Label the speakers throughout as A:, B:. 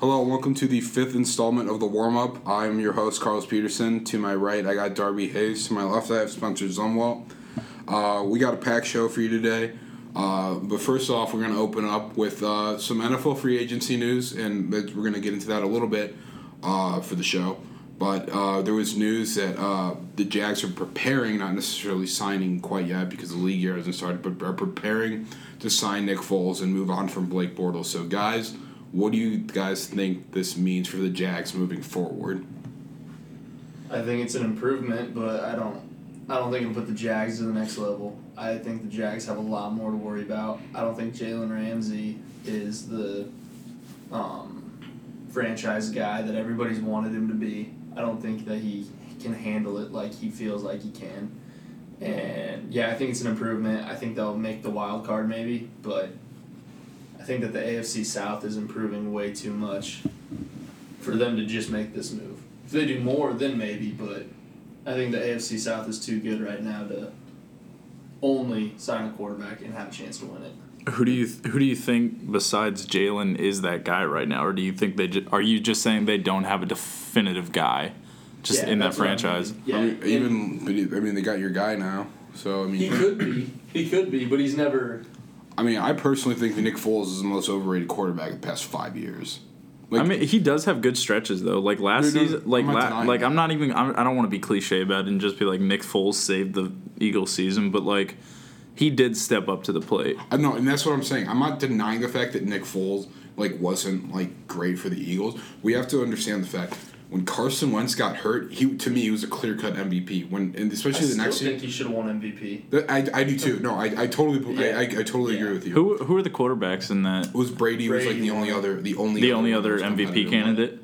A: Hello, and welcome to the fifth installment of the warm up. I'm your host, Carlos Peterson. To my right, I got Darby Hayes. To my left, I have Spencer Zumwalt. Uh, we got a packed show for you today. Uh, but first off, we're going to open up with uh, some NFL free agency news, and that- we're going to get into that a little bit uh, for the show. But uh, there was news that uh, the Jags are preparing, not necessarily signing quite yet because the league year hasn't started, but are preparing to sign Nick Foles and move on from Blake Bortles. So, guys, what do you guys think this means for the Jags moving forward?
B: I think it's an improvement, but I don't. I don't think it'll put the Jags to the next level. I think the Jags have a lot more to worry about. I don't think Jalen Ramsey is the um, franchise guy that everybody's wanted him to be. I don't think that he can handle it like he feels like he can. And yeah, I think it's an improvement. I think they'll make the wild card maybe, but I think that the AFC South is improving way too much for them to just make this move. If they do more, then maybe, but I think the AFC South is too good right now to only sign a quarterback and have a chance to win it.
C: Who do you who do you think besides Jalen is that guy right now, or do you think they ju- are you just saying they don't have a definitive guy, just
B: Yeah,
C: in that
B: that's what I mean.
C: franchise?
B: Yeah,
A: I mean,
B: and
A: even but I mean, they got your guy now. So I mean,
B: he could be. He could be, but he's never.
A: I mean, I personally think that Nick Foles is the most overrated quarterback of the past five years. Like,
C: I mean, he does have good stretches though. Like last
A: Dude, no,
C: season, like
A: I'm not
C: la-
A: denying
C: like
A: that.
C: I'm not even I'm, I don't want to be cliche about it and just be like Nick Foles saved the Eagles season, but like he did step up to the plate.
A: I know, and that's what I'm saying. I'm not denying the fact that Nick Foles like wasn't like great for the Eagles. We have to understand the fact when Carson Wentz got hurt, he to me he was a clear cut MVP. When and
B: I
A: especially the
B: still
A: next year,
B: think he should have won MVP.
A: That- I, I do too. No, I, I totally I, I, I totally
B: Yeah.
A: agree with you.
C: Who who are the quarterbacks in that?
A: It was Brady, was like
B: Brady
A: the only
B: won.
A: other the only
C: The only
A: one that
C: other
A: was
C: MVP
A: competitive.
C: candidate?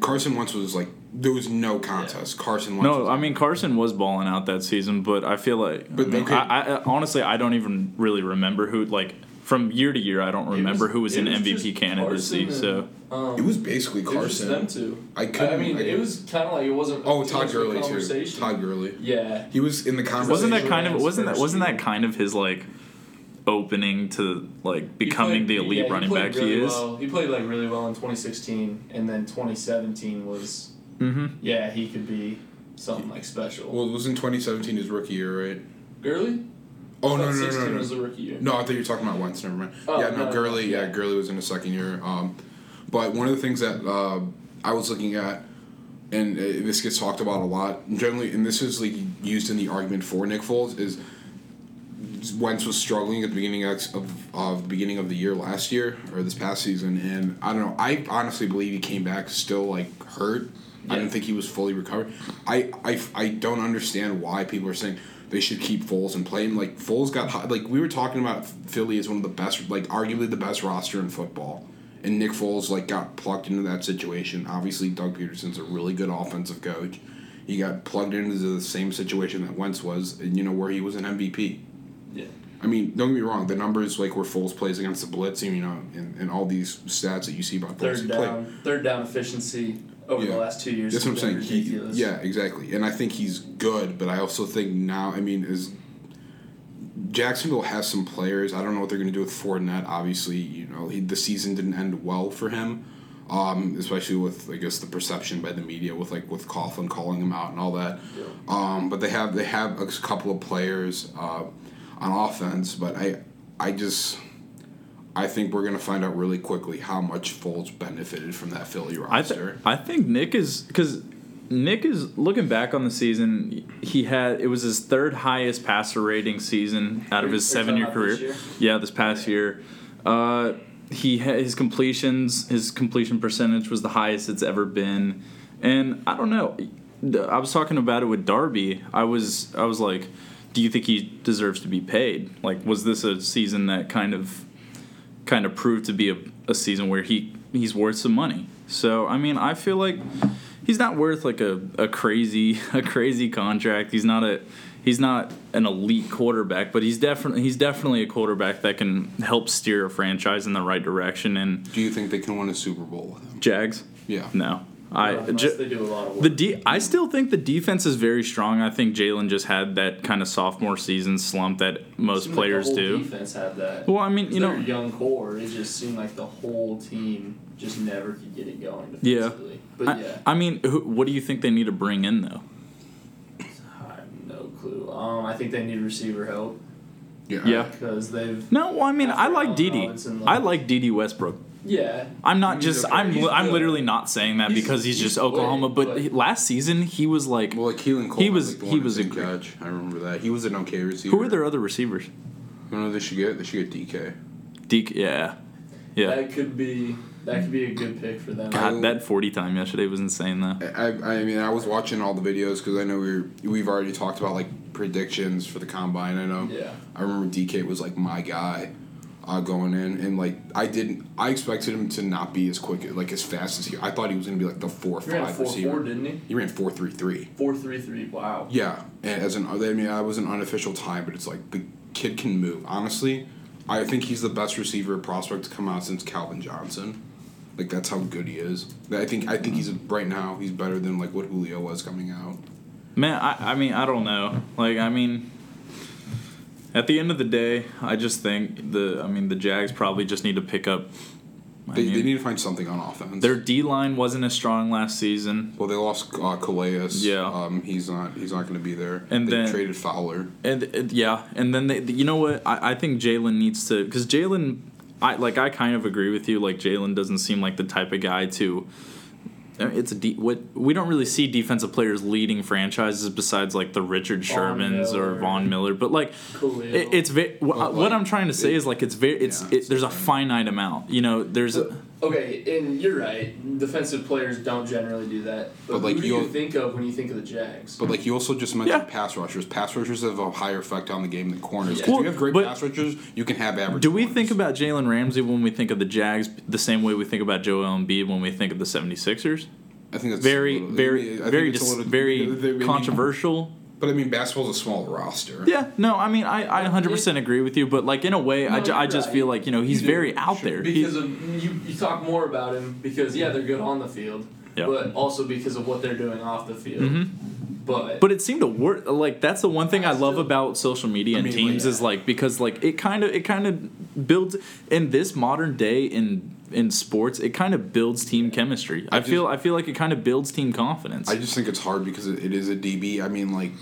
A: Carson Wentz was like there was no contest. Carson Wentz.
C: No,
A: was-
C: I mean Carson was balling out that season, but I feel like
A: But
C: I mean,
A: okay.
C: I, I, honestly I don't even really remember who like from year to year I don't remember
B: was-
C: who was
B: it
C: in
B: was
C: MVP
B: just
C: candidacy.
B: Carson
C: so
B: Um,
A: it was basically
B: it was
A: Carson.
B: just them two.
A: I couldn't-
B: I mean,
A: I-
B: it was kind of like it wasn't.
A: oh,
B: it
A: Todd
B: wasn't a
A: Gurley too.
B: conversation.
A: Todd Gurley.
B: Yeah.
A: He was in the conversation.
C: wasn't that kind of
B: Rams
C: wasn't that
B: first
C: wasn't
B: year.
C: that kind of his like opening to like becoming
B: He
C: the
B: played-
C: elite
B: yeah, he
C: running
B: played
C: back
B: really
C: he is?
B: Well. He played like really well in 2016, and then 2017 was
C: hmm
B: yeah he could be something like special.
A: Well, it was in 2017 his rookie year, right?
B: Gurley?
A: Oh
B: I
A: no no
B: thought
A: no
B: 16
A: no!
B: was
A: no.
B: the rookie year.
A: No, I thought you were talking about Wentz. Never mind.
B: Oh,
A: yeah, no,
B: no,
A: Gurley.
B: yeah.
A: Yeah, Gurley was in his second year. Um, but one of the things that uh, I was looking at, and uh, this gets talked about a lot generally, and this is like used in the argument for Nick Foles is Wentz was struggling at the beginning of, of, of the beginning of the year last year or this past season, and I don't know. I honestly believe he came back still like hurt. I
B: Yeah.
A: didn't think he was fully recovered. I, I, I don't understand why people are saying they should keep Foles and play him. Like Foles got hot. Like we were talking about Philly is one of the best, like arguably the best roster in football. And Nick Foles like got plugged into that situation. Obviously, Doug Peterson's a really good offensive coach. He got plugged into the same situation that Wentz was, and you know where he was an MVP.
B: Yeah.
A: I mean, don't get me wrong. The numbers, like where Foles plays against the blitz, you know, and, and all these stats that you see about Foles,
B: Third
A: he
B: down, third down efficiency over
A: Yeah.
B: the last two years.
A: That's what I'm
B: has
A: saying.
B: been
A: He,
B: ridiculous.
A: yeah, exactly. And I think he's good, but I also think now, I mean, is Jacksonville has some players. I don't know what they're going to do with Fournette. Obviously, you know, he, the season didn't end well for him, um, especially with I guess the perception by the media with like with Coughlin calling him out and all that.
B: Yeah.
A: Um, but they have they have a couple of players uh, on offense, but I I just. I think we're going to find out really quickly how much Foles benefited from that Philly
C: I, th-
A: roster.
C: I think Nick is because Nick is looking back on the season. He had it was his third highest passer rating season out of his
B: Are you
C: seven year
B: talking about
C: career.
B: this year?
C: Yeah, this past year, uh, he ha- his completions his completion percentage was the highest it's ever been, and I don't know. I was talking about it with Darby. I was I was like, do you think he deserves to be paid? Like, was this a season that kind of kind of proved to be a, a season where he he's worth some money. So I mean, I feel like he's not worth like a, a crazy a crazy contract. He's not a he's not an elite quarterback, but he's definitely he's definitely a quarterback that can help steer a franchise in the right direction. And
A: Do you think they can win a Super Bowl with him?
C: Jags,
A: Yeah.
C: no, I
D: Unless
C: J-
D: they do a lot of work.
C: the de- I still think the defense is very strong. I think Jalen just had that kind of sophomore season slump that most
D: Seemed like
C: players
D: the whole
C: do.
D: Defense had that.
C: Well, I mean, you
D: their
C: know,
D: young core. It just seemed like the whole team just never could get it going.
C: Yeah.
D: Defensively. but
C: I,
D: yeah,
C: I mean, who, what do you think they need to bring in though?
D: I have no clue. Um, I think they need receiver help
A: Yeah.
C: Yeah.
D: because they've
C: No, well, I mean, I like
D: After Allen
C: Didi.
D: Robinson
C: I
D: left.
C: like Didi Westbrook.
D: yeah.
C: I'm not
D: He's
C: just.
D: okay.
C: I'm.
D: He's
C: I'm
D: good.
C: literally not saying that
D: He's-
C: because he's,
D: he's
C: just Oklahoma.
D: good,
C: But,
D: but-
C: he- last season he was like.
A: Well, like Keelan Cole.
C: was-
A: like, the
C: he
A: one
C: was
A: who's
C: a
A: in catch. I remember that. He was an okay receiver.
C: Who are their other receivers?
A: You know who they should get? They should get DK.
C: Deke. Yeah. Yeah.
D: That could be that could be a good pick for them.
C: God, that 40 time yesterday was insane though.
A: I, I I mean, I was watching all the videos because I know we were, we've already talked about like predictions for the combine. I know.
D: yeah.
A: I remember DK was like my guy uh, going in, and like I didn't. I expected him to not be as quick, like as fast as he. I thought he was gonna be like the four
D: He ran a
A: five
D: four four,
A: receiver.
D: didn't he?
A: He ran four three three.
D: Four three three. Wow.
A: Yeah, and as an I mean, I was an unofficial time, but it's like the kid can move. Honestly, I think he's the best receiver prospect to come out since Calvin Johnson. Like that's how good he is. I think I think he's right now he's better than like what Julio was coming out.
C: Man, I, I mean, I don't know. Like, I mean, at the end of the day, I just think the, I mean, the Jags probably just need to pick up. I
A: They,
C: mean,
A: they need to find something on offense.
C: their D line wasn't as strong last season,
A: well, they lost uh, Calais.
C: Yeah.
A: um, he's not he's not going to be there.
C: And
A: they
C: then-
A: traded Fowler.
C: and, and yeah, and then they, you know what? I, I think Jalen needs to because Jalen, I like, I kind of agree with you. Like, Jalen doesn't seem like the type of guy to. I mean, It's a de- what we don't really see defensive players leading franchises besides like the Richard
D: Von
C: Shermans or
D: Miller.
C: Von Miller, but like
D: Khalil.
C: It, it's ve- wh-
A: But,
C: what
A: like,
C: I'm trying to say
A: it-
C: is like it's very it's
A: Yeah.
C: it, there's a finite amount. You know, there's a,
D: Okay, and you're right. Defensive players don't generally do that. But,
A: But, like,
D: who do you
A: you'll-
D: think of when you think of the Jags?
A: But like you also just mentioned,
C: Yeah.
A: pass rushers. Pass rushers have a higher effect on the game than corners. 'Cause
D: Well,
A: if you have great
C: but-
A: pass rushers, you can have average.
C: do we
A: corners.
C: think about Jalen Ramsey when we think of the Jags the same way we think about Joel Embiid when we think of the 76ers?
A: I think that's
C: Very,
A: I mean,
C: very,
A: I think
C: very,
A: it's a
C: dis-
A: little-
C: very
A: they- they- I mean,
C: controversial.
A: But I mean, basketball's a small roster.
C: Yeah, no, I mean, I, I 100% agree with you, but like in a way, I,
D: No,
C: ju- I
D: you're
C: just
D: right.
C: feel like, you know, he's
D: do.
C: very out there. He-
D: because of you, you talk more about him because yeah they're good on the field
C: Yeah. Mm-hmm.
D: but also because of what they're doing off the field but,
C: but it seemed to work like that's the one thing i love about social media and
A: mean,
C: teams
D: like-
C: is like because like it kind of it kind of builds in this modern day in in sports it kind of builds team chemistry i,
A: I just-
C: feel i feel like it kind of builds team confidence
A: I just think it's hard because it, it is a DB. I mean, like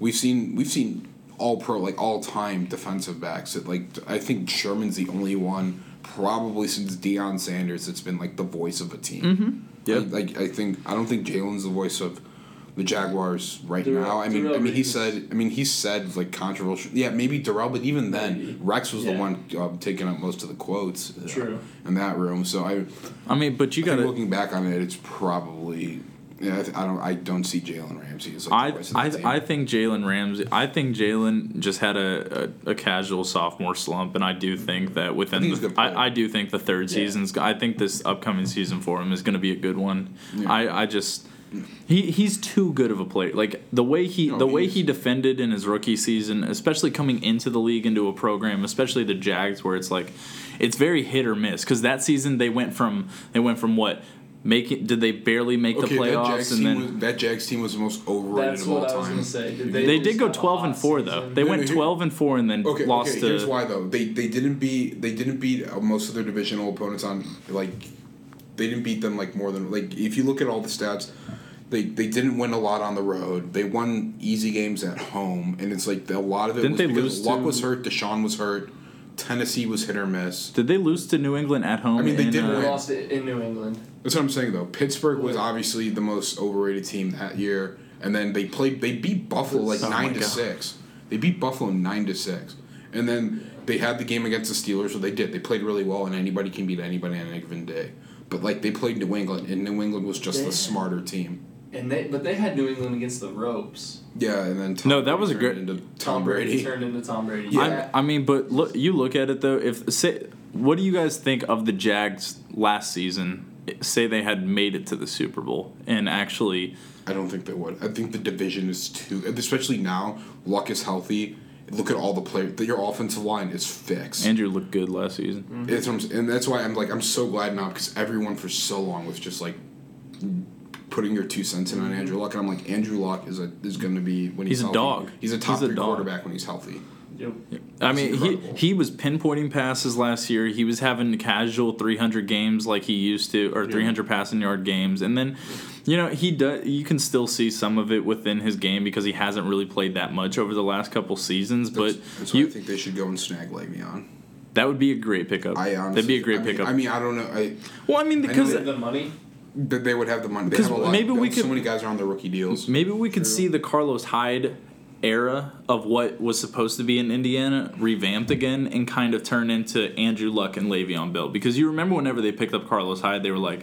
A: we've seen we've seen all pro like all time defensive backs. That like I think Sherman's the only one probably since Deion Sanders that's been like the voice of a team.
C: Mm-hmm. Yeah.
A: Like, like, I think I don't think Jalen's the voice of the Jaguars right
D: Darrell-
A: now. I mean,
D: Darrell
A: I mean, he
D: Reeves.
A: said. I mean, he said like controversial. Yeah, maybe Darrell, but even then,
D: Maybe.
A: Rex was the
D: Yeah.
A: one um, taking up most of the quotes. uh,
D: True.
A: In that room, so I
C: i mean but you
A: I think
C: gotta
A: looking back on it, it's probably. Yeah, I, th- I don't. I don't see Jalen Ramsey as
C: I,
A: like. the voice of the team.
C: I, I think Jalen Ramsey. I think Jalen just had a, a, a casual sophomore slump, and I do think that
A: I
C: within
A: think he's a
C: the,
A: good player.
C: I, I do think the third
D: Yeah.
C: season's. I think this upcoming season for him is going to be a good one.
A: Yeah.
C: I, I just he he's too good of a player. Like the way he
A: No,
C: the
A: he
C: way
A: is.
C: he defended in his rookie season, especially coming into the league into a program, especially the Jags, where it's like it's very hit or miss. Because that season they went from they went from what. Make it, did they barely make
A: okay,
C: the playoffs
A: that Jags
C: and
A: team
C: then
A: was that Jags team was the most overrated
D: that's
A: of all
D: what I was
A: time.
D: gonna say did they,
C: They
D: just
C: did go
D: have a
C: twelve and
D: hot
C: four though.
D: season?
C: They
A: No, no,
C: went
A: here-
C: twelve and four and then
A: Okay,
C: lost
A: okay. Here's
C: to.
A: why though. They they didn't beat they didn't beat uh, most of their divisional opponents on like they didn't beat them like more than like if you look at all the stats. They, they didn't win a lot on the road. They won easy games at home, and it's like a lot of it
C: Didn't
A: was
C: they
A: because
C: lose
A: Luck
C: to-
A: was hurt, Deshaun was hurt, Tennessee was hit or miss.
C: Did they lose to New England at home?
A: I mean, they
C: in,
A: did
D: They
A: win.
C: uh,
D: lost it in New England.
A: That's what I'm saying though. Pittsburgh was obviously the most overrated team that year, and then they played. They beat Buffalo like
C: Oh
A: nine
C: my
A: to
C: God.
A: six. They beat Buffalo nine to six, and then they had the game against the Steelers, where they did. They played really well, and anybody can beat anybody on any given day. But like they played New England, and New England was just
D: Yeah.
A: the smarter team.
D: And they but they had New England against the ropes.
A: Yeah, and then Tom
C: No, that was a
A: turned
C: good-
A: into Tom Brady.
D: turned into Tom Brady.
A: Yeah.
C: I, I mean, but look, you look at it though. If say, what do you guys think of the Jags last season? Say they had made it to the Super Bowl and actually,
A: I don't think they would. I think the division is too, especially now. Luck is healthy. Look at all the players. Your offensive line is fixed.
C: Andrew looked good last season.
A: It's what I'm s- and that's why I'm like I'm so glad now because everyone for so long was just like putting your two cents in on Andrew Luck, and I'm like, Andrew Luck is a is going to be when he's,
C: He's a
A: healthy,
C: dog.
A: He's a
C: He's
A: top
C: a
A: three
C: dog.
A: quarterback when he's healthy.
D: Yep.
C: I
A: It's
C: mean, he,
A: incredible.
C: he was pinpointing passes last year. He was having casual 300 games like he used to, or 300 passing yard games. And then, you know, he does. You can still see some of it within his game because he hasn't really played that much over the last couple seasons.
A: That's,
C: But
A: that's
C: you,
A: what I think they should go and snag Le'Veon.
C: that would be a great pickup.
A: I honestly,
C: That'd be a great
A: I mean,
C: pickup.
A: I mean, I don't know. I,
C: well, I mean,
D: Because
C: because
D: of the money.
A: that they would have the money. They
C: 'Cause
A: have a lot.
C: maybe we
A: so
C: could-
A: many guys are on their rookie deals.
C: Maybe we could
D: True.
C: see the Carlos Hyde era of what was supposed to be in Indiana revamped again and kind of turn into Andrew Luck and Le'Veon Bell. Because you remember whenever they picked up Carlos Hyde, they were like,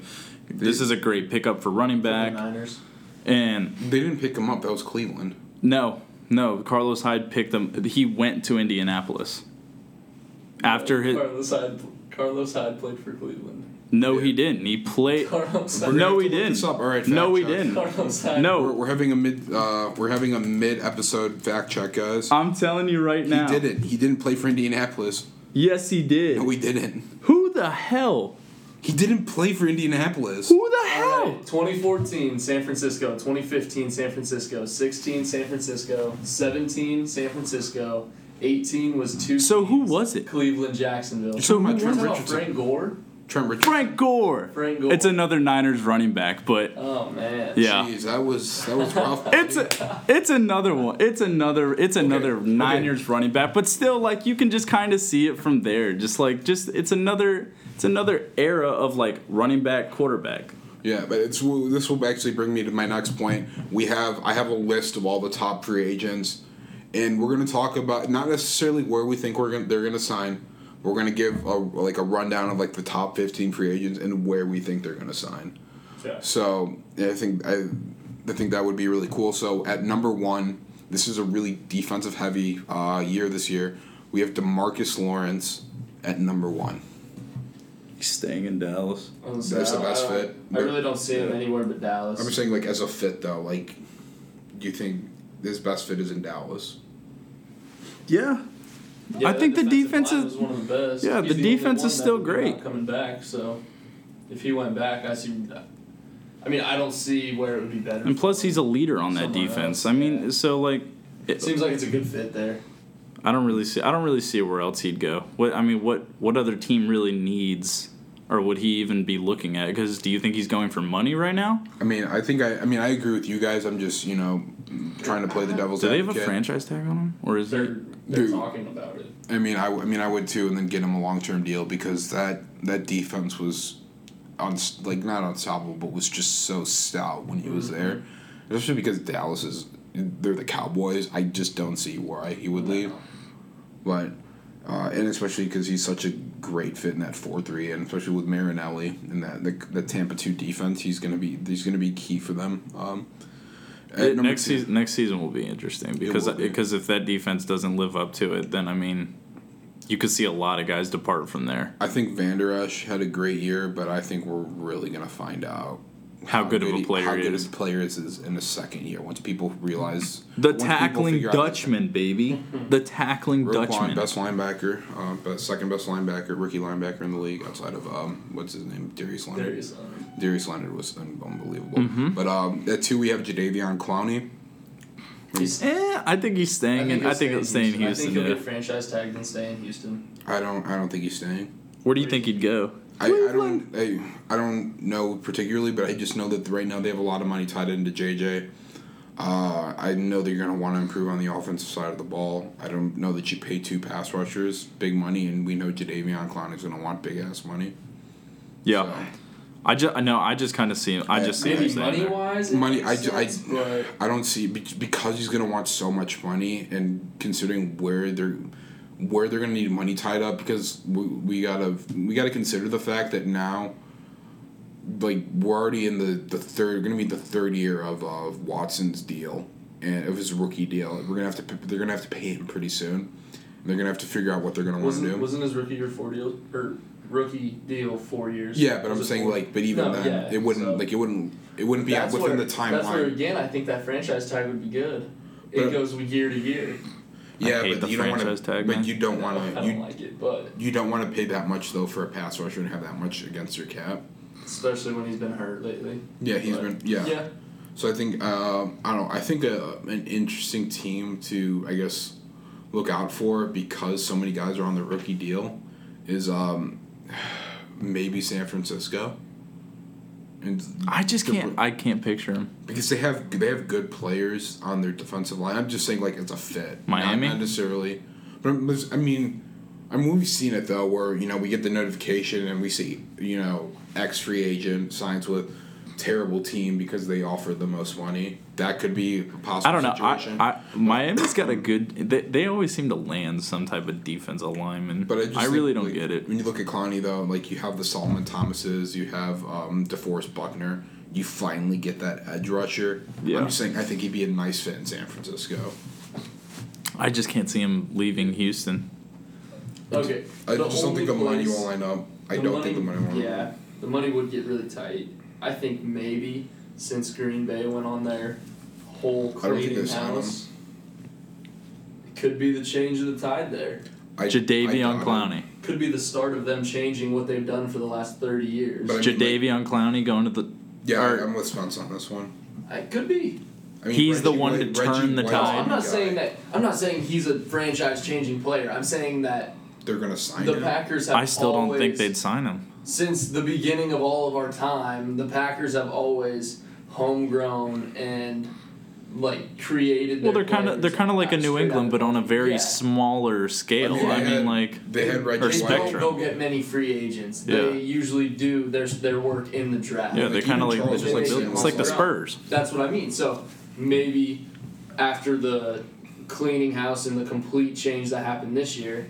C: this is a great pickup for running
D: The
C: back.
D: Niners.
C: And
A: They didn't pick him up. That was Cleveland.
C: no, no, Carlos Hyde picked them. He went to Indianapolis. After his.
B: Carlos Hyde, Carlos Hyde played for Cleveland.
C: No, he didn't. He played.
B: Carlos Hyde.
C: No, he
A: What's
C: didn't.
A: up? All right. fact
C: No, he
A: check.
C: didn't.
B: Carlos Hyde.
A: We're,
C: No,
A: we're having a mid. Uh, we're having a mid episode fact check, guys.
C: I'm telling you right
A: he
C: now.
A: didn't. He didn't play for Indianapolis.
C: Yes, he did.
A: No, he didn't.
C: Who the hell?
A: He didn't play for Indianapolis.
C: Who the
D: All
C: hell?
D: right, 2014 San Francisco, 2015 San Francisco, 16 San Francisco, 17 San Francisco, 18 was two.
C: So who
D: teams,
C: was it?
D: Cleveland, Jacksonville.
A: So who
D: You're
A: was
D: talking
A: it?
D: about Frank Gore.
A: Trent Richardson.
C: Frank Gore.
D: Frank Gore.
C: It's another Niners running back, but
D: Oh man.
C: Yeah.
A: Jeez, that was that was rough.
C: it's a, it's another one. It's another it's another
A: okay.
C: Niners running back, but still like you can just kind of see it from there. Just like just it's another it's another era of like running back quarterback.
A: yeah, but it's well, this will actually bring me to my next point. We have I have a list of all the top free agents, and we're gonna talk about not necessarily where we think we're gonna they're gonna sign. We're gonna give a, like a rundown of like the top fifteen free agents and where we think they're gonna sign.
D: Yeah.
A: So yeah, I think I, I think that would be really cool. So at number one, this is a really defensive heavy uh, year this year. We have Demarcus Lawrence at number one.
C: He's staying in Dallas.
D: I was gonna
A: There's
D: say,
A: the
D: I
A: best
D: don't-
A: fit,
D: I
A: but-
D: really don't see him
A: yeah.
D: anywhere but Dallas.
A: I'm just saying, like as a fit though, like do you think his best fit is in Dallas?
C: Yeah.
D: Yeah,
C: I
D: that
C: think the
D: defensive
C: defense
D: line
C: is-
D: was one of the best.
C: yeah,
D: He's
C: the
D: only
C: defense
D: one
C: is
D: that
C: still
D: would be
C: great.
D: not coming back, so if he went back, I see. I mean, I don't see where it would be better.
C: And plus he's a leader on that
D: Somewhere
C: defense.
D: else,
C: I mean,
D: yeah.
C: so like it-
D: Seems like it's a good fit there.
C: I don't really see. I don't really see where else he'd go. What I mean, what what other team really needs, or would he even be looking at? Because do you think he's going for money right now?
A: I mean, I think I. I mean, I agree with you guys. I'm just you know trying to play the devil's
C: Do they have
A: advocate.
C: a franchise tag on him, or is there?
D: They're, they're
A: Dude.
D: talking about it.
A: I mean, I, w- I mean, I would too, and then get him a long term deal because that that defense was, uns- like not unstoppable, but was just so stout when he was there, especially because Dallas is they're the Cowboys. I just don't see why he would leave, but. Uh, and especially because he's such a great fit in that four three, and especially with Marinelli and that the, the Tampa two defense, he's gonna be he's gonna be key for them. Um, at
C: It-
A: number
C: next
A: two-
C: season, next season will be interesting because
A: will be.
C: because if that defense doesn't live up to it, then I mean, you could see a lot of guys depart from there.
A: I think Vander Esch had a great year, but I think we're really gonna find out
C: How good of a
A: he-
C: player
A: how
C: he
A: good
C: is.
A: of a player is, is in the second year once people realize
C: The
A: once people
C: tackling
A: figure out that
C: Dutchman, baby. The tackling
A: Roquan,
C: Dutchman.
A: best linebacker, uh, best, second best linebacker, rookie linebacker in the league outside of um, what's his name, Darius Leonard.
D: There he is. um,
A: Darius Leonard was un- unbelievable.
C: Mm-hmm.
A: But um, at two we have Jadavion Clowney.
D: He's,
C: Eh, I think he's
D: I
C: staying,
D: think
C: and
D: he'll
C: I think
D: stay in
C: he'll stay in
D: I
C: Houston.
D: think he'll
C: yeah.
D: get franchise tagged and stay in Houston.
A: I don't I don't think he's staying.
C: Where do you think he'd go?
A: I, I don't I, I don't know particularly, but I just know that right now they have a lot of money tied into JJ. Uh, I know they're going to want to improve on the offensive side of the ball. I don't know that you pay two pass rushers big money, and we know Jadavion Clown is going to want big ass money.
C: Yeah. I just I know I just kind of see him. I
A: Yeah,
C: just see him
D: Maybe
C: staying
D: money
C: there.
D: wise.
A: Money, I, ju- I,
D: but
A: I don't see bec- because he's going to want so much money, and considering where they're where they're going to need money tied up, because we, we gotta we gotta consider the fact that now, like we're already in the the third going to be the third year of uh, Watson's deal and of his rookie deal. We're gonna have to p- they're gonna have to pay him pretty soon. And they're gonna have to figure out what they're gonna want to
D: wasn't
A: do.
D: wasn't his rookie year four deal or rookie deal four years?
A: yeah, but I'm
D: Was it
A: saying
D: four?
A: like, but even
D: No,
A: then,
D: yeah,
A: it wouldn't
D: so-
A: like it wouldn't it wouldn't be out
D: That's where-
A: within the
D: That's where
A: timeline.
D: again I think that franchise tag would be good. It
A: But-
D: goes year to year.
A: Yeah,
C: hate
A: but
C: the
A: you don't want
C: franchise
A: to.
C: tag,
A: But
C: man.
A: you don't
D: I
A: want
D: don't
A: to. You
D: like it, but
A: you don't want to pay that much though for a pass rusher and have that much against your cap.
D: especially when he's been hurt lately.
A: Yeah, he's been. Yeah.
D: Yeah.
A: So I think um, I don't. know, I think a, an interesting team to I guess look out for because so many guys are on the rookie deal is um, maybe San Francisco. And
C: I just
A: the-
C: can't. I can't picture him.
A: because they have they have good players on their defensive line. I'm just saying like it's a fit. Not-
C: Miami?
A: not, necessarily, but I'm- I mean, I mean we've seen it though where you know we get the notification and we see you know X free agent signs with terrible team because they offered the most money. That could be a possible.
C: I don't know.
A: Situation.
C: I, I, Miami's got a good. They, they always seem to land some type of defensive lineman.
A: but I, just
C: I
A: think,
C: really don't
A: like,
C: get it.
A: When you look at Clowney, though, like you have the Solomon Thomases, you have um, DeForest Buckner. You finally get that edge rusher.
C: Yeah.
A: I'm just saying, I think he'd be a nice fit in San Francisco.
C: I just can't see him leaving Houston.
B: Okay.
A: I just don't
B: only
A: think the money
B: place-
A: will line up. I
B: the
A: don't
B: money-
A: think the money will line
D: Yeah,
A: up.
D: the money would get really tight.
B: I think maybe since Green Bay went on their whole
A: I don't think
B: cleaning
A: they signed
B: house, it could be the change of the tide there.
A: I,
C: Jadavion
A: I doubt
C: Clowney.
B: Could be the start of them changing what they've done for the last thirty years.
A: But I mean, like-
C: Jadavion Clowney going to the.
A: it. Yeah,
C: Or-
A: I- I'm with Spence on this one.
B: it could be.
A: I mean,
C: He's the
A: Reggie
C: one to
A: White-
C: turn
A: Reggie
C: the
A: White's
C: tide.
A: the
B: I'm not
A: guy.
B: saying that. I'm not saying he's a franchise-changing player. I'm saying that
A: they're gonna sign
B: the
A: him.
B: Packers have.
C: I still don't think
B: always-
C: they'd sign him.
B: since the beginning of all of our time, the Packers have always homegrown and like created.
C: Well,
B: their
C: they're kind of
B: players
C: they're kind of like a
B: out-
C: New
B: straight
C: England,
B: out
C: but
B: of-
C: on a very
B: Yeah.
C: smaller scale.
B: I mean,
C: I
A: they
C: mean,
A: had-
C: like
A: they had Reggie
C: or
A: White.
B: They don't
C: spectrum.
B: go get many free agents.
C: Yeah.
B: They usually do their their work in the draft.
C: yeah, they
A: like,
C: kind of
A: even
C: like they're
A: Charles
C: just like
B: Woodson
C: it's like the
B: was-
C: Spurs.
B: That's what I mean. So maybe after the cleaning house and the complete change that happened this year,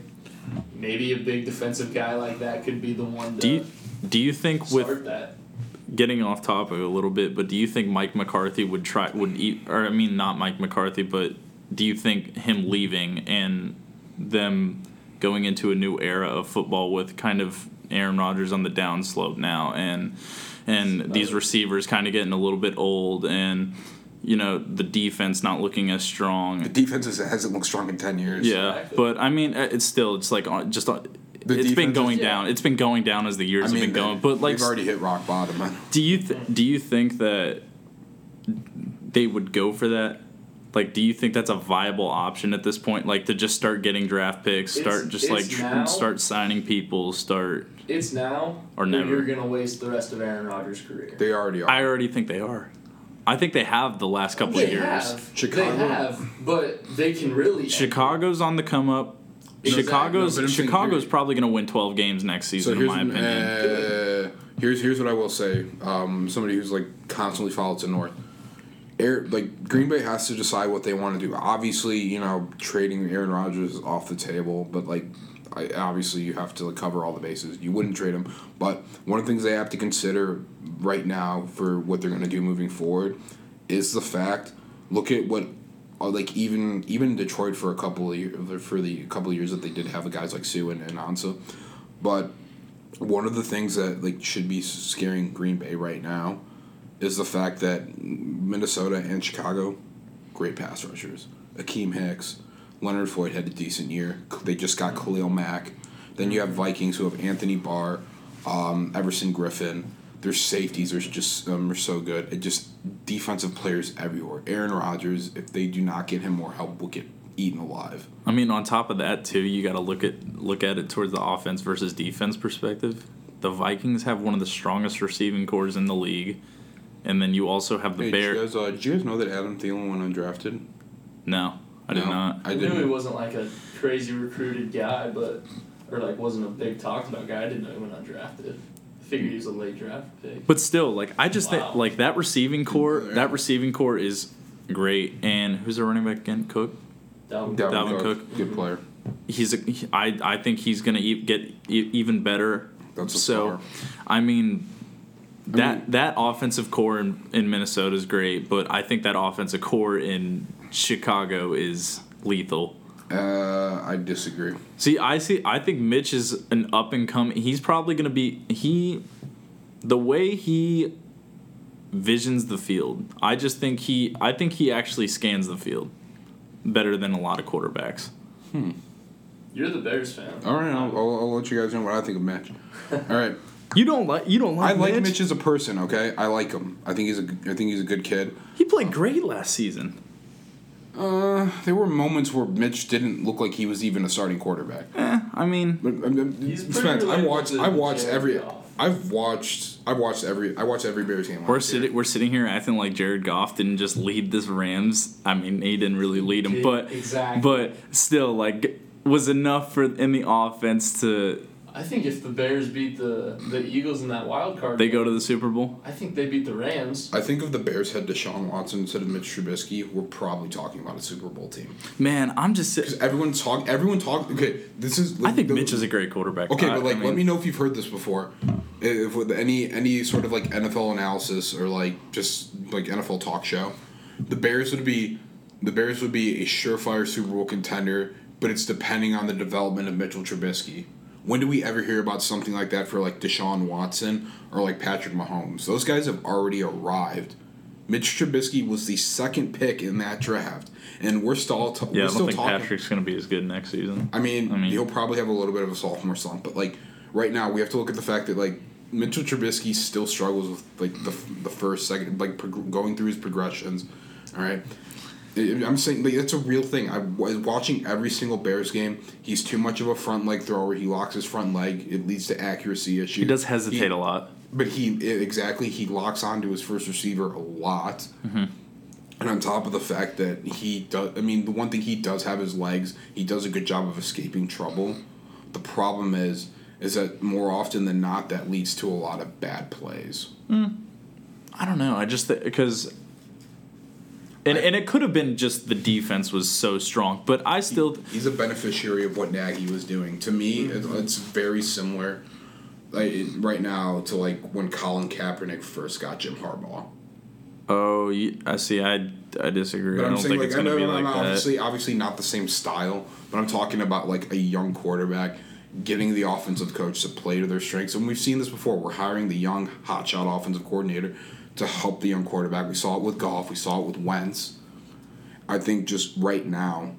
B: maybe a big defensive guy like that could be the one to
C: Do you do you think
B: start
C: with
B: that.
C: getting off topic a little bit, but do you think Mike McCarthy would try would eat or I mean not Mike McCarthy, but do you think him leaving and them going into a new era of football with kind of Aaron Rodgers on the downslope now and and these receivers kind of getting a little bit old and you know the defense not looking as strong
A: The defense is- hasn't looked strong in ten years.
C: yeah, but I mean, uh, it's still it's like on, just on,
A: The
C: it's been
A: defense
C: going
A: is-
C: down. It's been going down as the years
A: I mean,
C: have been going. But like,
A: they've already hit rock bottom. I
C: do you th- do you think that they would go for that? Like, do you think that's a viable option at this point? Like to just start getting draft picks,
B: It's-
C: start just
B: it's
C: like tr-
B: now.
C: start signing people, start.
B: It's now
C: Or never.
B: You're gonna waste the rest of Aaron Rodgers' career.
A: They already are.
C: I already think they are. I think they have the last couple of
B: They
C: years.
B: have.
A: Chicago.
B: They have, but they can really.
C: Chicago's on the come up.
A: Exactly.
C: Chicago's
A: But I'm saying
C: Chicago's
A: here-
C: probably going to win twelve games next
A: so
C: season, in
A: here's
C: my
A: an-
C: opinion.
A: uh, here's here's what I will say. Um, somebody who's like constantly followed to North. Air, like Green Bay has to decide what they want to do. Obviously, you know, trading Aaron Rodgers is off the table, but like, I, obviously, you have to like, cover all the bases. You wouldn't trade him, but one of the things they have to consider right now for what they're going to do moving forward is the fact. Look at what, uh, like even even Detroit for a couple of year, for the couple of years that they did have guys like Sue and, and Ansa, but one of the things that like should be scaring Green Bay right now is the fact that Minnesota and Chicago, great pass rushers. Akeem Hicks, Leonard Floyd had a decent year. They just got Khalil Mack. Then you have Vikings who have Anthony Barr, um, Everson Griffin. Their safeties are just um, are so good. It just defensive players everywhere. Aaron Rodgers, if they do not get him more help, will get eaten alive.
C: I mean, on top of that too, you got to look at look at it towards the offense versus defense perspective. The Vikings have one of the strongest receiving cores in the league, and then you also have the
A: Hey, did, you
C: Bears.
A: guys, uh, did you guys know that Adam Thielen went undrafted?
C: No, I did
A: No,
C: not.
A: I
B: I knew he
A: didn't.
B: wasn't like a crazy recruited guy, but or like wasn't a big talked about guy. I didn't know he went undrafted. Figured he was a late draft pick.
C: But still, like I just think
B: Wow.
C: like that receiving core,
A: Yeah.
C: that receiving core is great. And who's the running back again? Cook.
B: Dalvin
A: Dalvin,
C: Dalvin
A: Cook, good player.
C: He's a. he- I I think he's gonna e- get e- even better.
A: That's a
C: so,
A: star.
C: I mean. That
A: mean-
C: that offensive core in, in Minnesota is great, but I think that offensive core in Chicago is lethal.
A: Uh, I disagree.
C: See, I see. I think Mitch is an up and coming. He's probably going to be he, the way he visions the field. I just think he. I think he actually scans the field better than a lot of quarterbacks.
B: You're the Bears fan.
A: All right, I'll, I'll, I'll let you guys know what I think of Mitch. All right,
C: You don't like you don't
A: I
C: like,
A: like
C: Mitch?
A: Mitch as a person. Okay, I like him. I think he's a. g- I think he's a good kid.
C: He played great last season.
A: Uh, there were moments where Mitch didn't look like he was even a starting quarterback.
C: Eh, I mean,
A: But um, um,
B: He's pretty
A: Spence, I
B: relatable
A: watched.
B: to
A: I watched
B: Jared
A: every.
B: Goff.
A: I've watched. I've watched every. I watched every Bears game.
C: we're
A: last year.
C: sitting we're sitting here acting like Jared Goff didn't just lead this Rams. I mean, he didn't really lead them,
B: Yeah,
C: but
B: exactly.
C: but still like was enough for in the offense to
B: I think if the Bears beat the, the Eagles in that wild card,
C: they go to the Super Bowl.
B: I think they beat the Rams.
A: I think if the Bears had Deshaun Watson instead of Mitch Trubisky, we're probably talking about a Super Bowl team.
C: Man, I'm just si-
A: Because everyone talk. Everyone talk. Okay, this is.
C: I think
A: the-
C: Mitch is a great quarterback.
A: Okay,
C: I-
A: but like,
C: I
A: let
C: mean-
A: me know if you've heard this before. If with any any sort of like NFL analysis or like just like NFL talk show, the Bears would be the Bears would be a surefire Super Bowl contender, but it's depending on the development of Mitchell Trubisky. When do we ever hear about something like that for like Deshaun Watson or like Patrick Mahomes? Those guys have already arrived. Mitch Trubisky was the second pick in that draft, and we're still t-
C: Yeah,
A: we're
C: I don't
A: still
C: think
A: talking.
C: Patrick's going to be as good next season.
A: I mean,
C: I mean-
A: he'll probably have a little bit of a sophomore slump, but like right now, we have to look at the fact that like Mitchell Trubisky still struggles with like the, the first, second, like prog- going through his progressions. All right, I- I'm saying like it's a real thing. I was watching every single Bears game. He's too much of a front leg thrower. He locks his front leg. It leads to accuracy issues.
C: He does hesitate a lot.
A: But he i- exactly he locks onto his first receiver a lot, and on top of the fact that he does, I mean, the one thing he does have is legs. He does a good job of escaping trouble. The problem is, is that more often than not, that leads to a lot of bad plays.
C: I don't know. I just because. and, and it could have been just the defense was so strong, but I still
A: He's a beneficiary of what Nagy was doing. To me, it, it's very similar, like it- right now to like when Colin Kaepernick first got Jim Harbaugh.
C: Oh, you, I see. I, I disagree.
A: But
C: I
A: I'm
C: don't
A: saying
C: think
A: like
C: it's
A: I
C: going
A: know
C: to be
A: I'm
C: like that.
A: obviously obviously not the same style, but I'm talking about like a young quarterback getting the offensive coach to play to their strengths. And we've seen this before. We're hiring the young hotshot offensive coordinator to help the young quarterback. We saw it with Goff. We saw it with Wentz. I think just right now,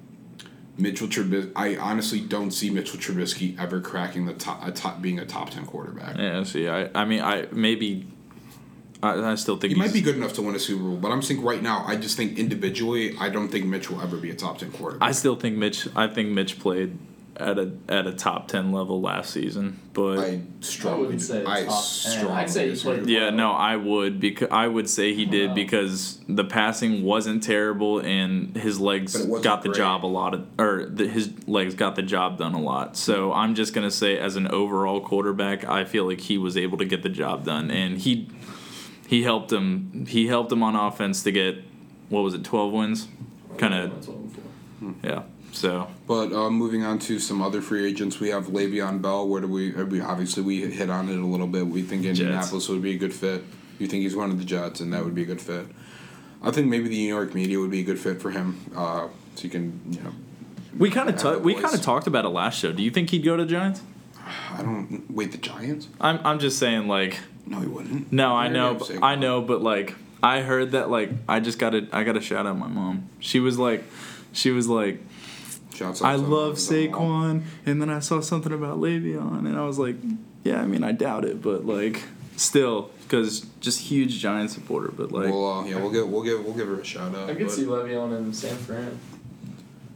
A: Mitchell Trubisky. I honestly don't see Mitchell Trubisky ever cracking the top, a top being a top ten quarterback.
C: Yeah, I see. I, I mean, I maybe. I, I still think
A: He
C: he's,
A: might be good enough to win a Super Bowl, but I'm saying right now, I just think individually, I don't think Mitch will ever be a top ten quarterback.
C: I still think Mitch. I think Mitch played at a at a top ten level last season, but.
A: I
B: I
A: strongly,
B: wouldn't say
A: I
B: top ten.
A: strongly
B: I'd say he
A: disagree.
B: played-
C: yeah, no, I would because I would say he did
B: Wow.
C: because the passing wasn't terrible and his legs
A: But it wasn't
C: got the
A: great.
C: job a lot of or the, his legs got the job done a lot. So
A: Hmm.
C: I'm just gonna say as an overall quarterback, I feel like he was able to get the job done and he he helped him he helped him on offense to get what was it twelve wins, kind of yeah. So
A: But uh, moving on to some other free agents, we have Le'Veon Bell. Where do we? uh, we obviously, we hit on it a little bit. We think Indianapolis would be a good fit. You think he's one of the Jets, and that would be a good fit. I think maybe the New York media would be a good fit for him. Uh, so you can, you know,
C: we kind
A: Have a
C: of we
A: voice.
C: kind of talked about it last show. Do you think he'd go to the Giants?
A: I don't wait the Giants.
C: I'm I'm just saying like.
A: No, he wouldn't.
C: No, I
A: They're
C: know,
A: gonna
C: but-
A: say-
C: I know, but like I heard that like I just got to I got to shout out my mom. She was like, she was like,
A: Shouts out
C: I
A: to
C: love
A: Le'Veon Bell.
C: Saquon, and then I saw something about Le'Veon, and I was like, yeah, I mean I doubt it, but like still, because just huge Giant supporter, but like.
A: We'll, uh, yeah, we'll give we'll give we'll give her a shout out.
B: I could
A: but-
B: see Le'Veon and San Fran. would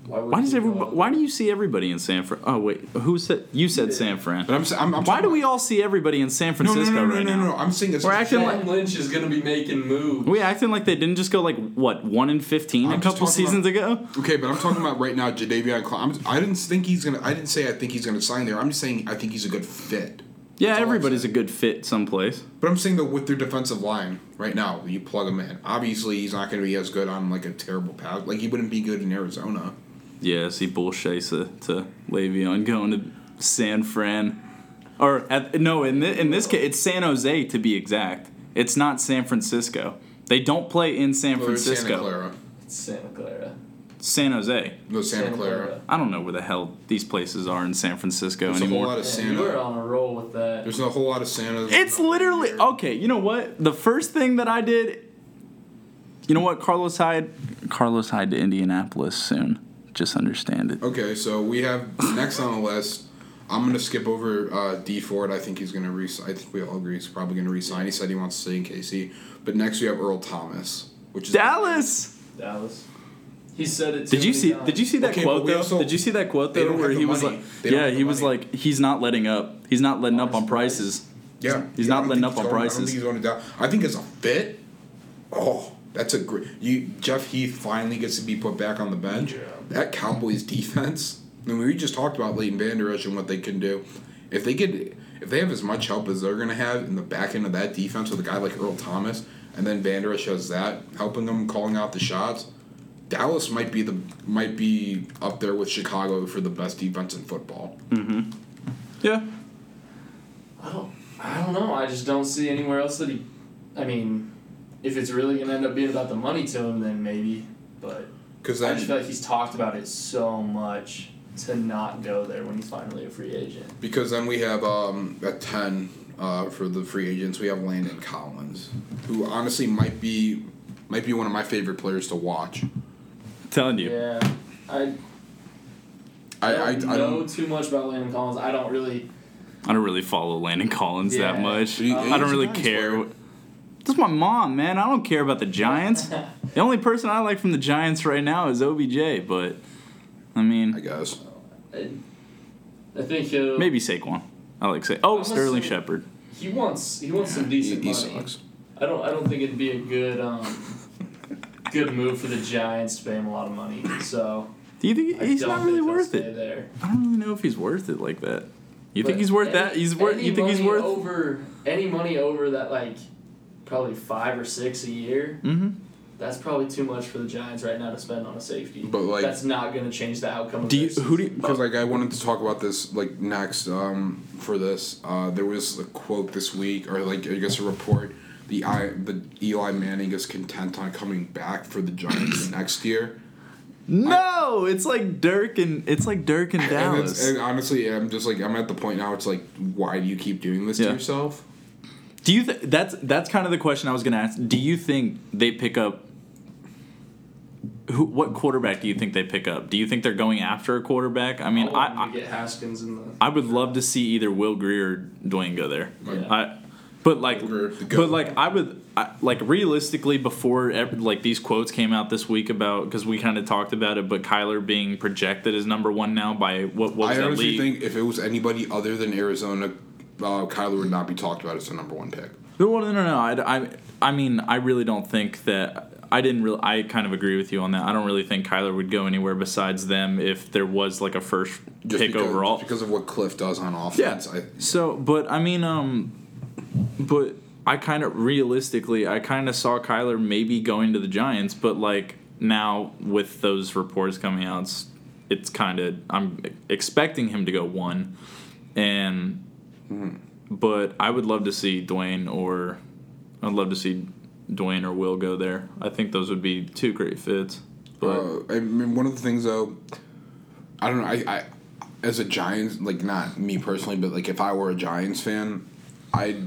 C: why does
B: you go
C: everybody?
B: out?
C: Why do you see everybody in San Fran? Oh wait, who said you said San Fran?
A: But I'm, s- I'm, I'm
C: Why do
A: talking-
C: we all see everybody in San
A: No, no,
C: Francisco
A: no, no,
C: right
A: no,
C: now?
A: no, no. I'm saying it's
C: We're acting
B: John
C: like-
B: Lynch is gonna be making moves.
C: We acting like they didn't just go like what one in fifteen
A: I'm
C: a
A: just
C: couple
A: talking about-
C: seasons ago.
A: Okay, but I'm talking about right now, Jadavion Clown. I'm, I didn't think he's gonna. I didn't say I think he's gonna sign there. I'm just saying I think he's a good fit.
C: Yeah,
A: That's all I'm
C: everybody's a
A: saying.
C: good fit someplace.
A: But I'm saying that with their defensive line right now, you plug him in. Obviously, he's not gonna be as good on like a terrible pass. Like he wouldn't be good in Arizona.
C: Yeah, I see bullshit to, to Le'Veon going to San Fran, or at, no, in thi- in this case, it's San Jose to be exact. It's not San Francisco. They don't play in
A: Or
C: San
A: Santa
C: Francisco.
A: Clara.
B: Santa Clara.
C: San Jose.
A: No, Santa, Clara.
C: I don't know where the hell these places are in San Francisco
A: There's a whole
C: anymore.
A: lot of
B: Man, you were
A: Santa.
B: on a roll with that.
A: There's a whole lot of Santa.
C: It's literally okay. You know what? The first thing that I did. You know what? Carlos Hyde. Carlos Hyde
A: Oh,
C: to Indianapolis soon. Just understand it.
A: Okay, so we have next on the list. I'm gonna skip over uh, D Ford. I think he's gonna re. I think we all agree he's probably gonna resign. He said he wants to stay in KC. But next we have Earl Thomas, which is
C: Dallas.
D: Dallas.
B: He said it.
C: Did
B: too
C: you
B: many
C: see?
B: times.
C: Did you see that
A: Okay,
C: quote
A: but we
C: though?
A: also-
C: did you see that quote
A: They
C: though,
A: don't
C: where
A: have the
C: he was
A: money.
C: like,
A: They don't
C: yeah,
A: have
C: he
A: the
C: was
A: money.
C: like, he's not letting up. He's not letting up on
B: Honest prices.
C: prices.
A: Yeah,
C: He's
A: yeah,
C: not
A: I don't
C: letting
A: think he's
C: up
A: going-
C: on
A: I don't
C: prices.
A: think he's going to Dallas. I think it's a fit. Oh, that's a great. You Jeff Heath finally gets to be put back on the bench. That Cowboys defense. I mean, we just talked about Leighton Van Der Esch and what they can do. If they could, if they have as much help as they're going to have in the back end of that defense with a guy like Earl Thomas, and then Van Der Esch has that helping them calling out the shots. Dallas might be the might be up there with Chicago for the best defense in football.
C: Mm-hmm. Yeah.
B: I don't. I don't know. I just don't see anywhere else that he. I mean, if it's really gonna end up being about the money to him, then maybe. But
A: Because
B: I just feel like he's talked about it so much to not go there when he's finally a free agent.
A: Because then we have um, at ten uh, for the free agents, we have Landon Collins, who honestly might be might be one of my favorite players to watch.
C: telling you.
B: Yeah, I,
A: I I, I
B: don't know
A: don't.
B: too much about Landon Collins. I don't really.
C: I don't really follow Landon Collins
B: Yeah.
C: that much.
A: He-
C: I
A: he's
C: don't
A: a
C: really
A: nice
C: care.
A: player.
C: That's my mom, man. I don't care about the Giants. the only person I like from the Giants right now is OBJ, but I
A: I
C: mean,
A: guess
B: I, I think he'll,
C: maybe Saquon. I like Saquon. Oh,
B: I'm
C: Sterling
B: assuming-
C: Shepard.
B: he wants he wants some
A: he,
B: decent
A: he
B: money.
A: sucks.
B: I don't. I don't think it'd be a good um, good move for the Giants to pay him a lot of money. So
C: Do you think
B: I
C: he's
B: don't
C: not
B: think
C: really
B: he'll
C: worth
B: stay
C: it?
B: There.
C: I don't really know if he's worth it like that. You think
B: But
C: he's worth
B: any-
C: that? He's worth.
B: any
C: You think he's
B: money
C: worth?
B: over any money over that like probably five or six a year.
C: mm-hmm.
B: That's probably too much for the Giants right now to spend on a safety.
A: But, like-
B: that's not going to change the outcome. Of
C: Do you?
B: this.
C: Who do? You,
A: Because like I wanted to talk about this like next um, for this. Uh, there was a quote this week, or like I guess a report. The I the Eli Manning is content on coming back for the Giants next year.
C: no, it's like Dirk and it's like Dirk and
A: And, it's-
C: Dallas.
A: and honestly, I'm just like I'm at the point now. It's like, why do you keep doing this
C: Yeah.
A: to yourself?
C: Do you? Th- that's that's kind of the question I was going to ask. Do you think they pick up? Who? What quarterback do you think they pick up? Do you think they're going after a quarterback? I mean,
B: want him
C: I
B: to get Haskins in the.
C: I, I would love to see either Will Greer or Dwayne go there.
B: Yeah.
C: I, but like,
A: Greer, the goat.
C: but like, I would I, like realistically before ev- like these quotes came out this week about because we kind of talked about it, but Kyler being projected as number one now by what, what was
A: I
C: that
A: honestly
C: league?
A: think if it was anybody other than Arizona, uh, Kyler would not be talked about as the number one pick.
C: No, well, no, no, no. I, I, I mean, I really don't think that. I didn't really. I kind of agree with you on that. I don't really think Kyler would go anywhere besides them if there was like a first
A: Just
C: pick
A: because,
C: overall.
A: just because of what Cliff does on
C: yeah.
A: offense. I,
C: So, but I mean, um, but I kind of realistically, I kind of saw Kyler maybe going to the Giants, but like now with those reports coming out, it's, it's kind of I'm e, expecting him to go one, and
A: Mm-hmm.
C: but I would love to see Dwayne or I'd love to see Dwayne or Will go there. I think those would be two great fits. But
A: uh, I mean, one of the things though, I don't know. I, I as a Giants, like not me personally, but like if I were a Giants fan, I'd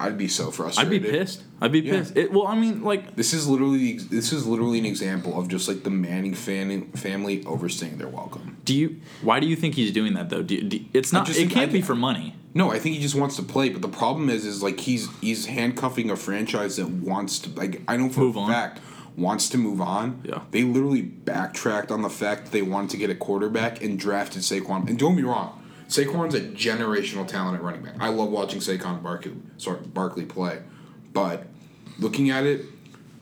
A: I'd be so
C: I'd
A: frustrated.
C: be pissed. I'd be
A: Yeah.
C: pissed. It, well, I mean, like
A: This is literally this is literally an example of just like the Manning fan, family overstaying their welcome.
C: Do you? Why do you think he's doing that though? Do, you- do, it's not.
A: just
C: It
A: think-
C: can't
A: I-
C: be for money.
A: No, I think he just wants to play, but the problem is, is like he's he's handcuffing a franchise that wants to like I know for
C: Move
A: a
C: on.
A: fact wants to move on.
C: Yeah.
A: they literally backtracked on the fact that they wanted to get a quarterback and drafted Saquon. And don't be wrong, Saquon's a generational talent at running back. I love watching Saquon Barkley sorry Barkley play, but looking at it,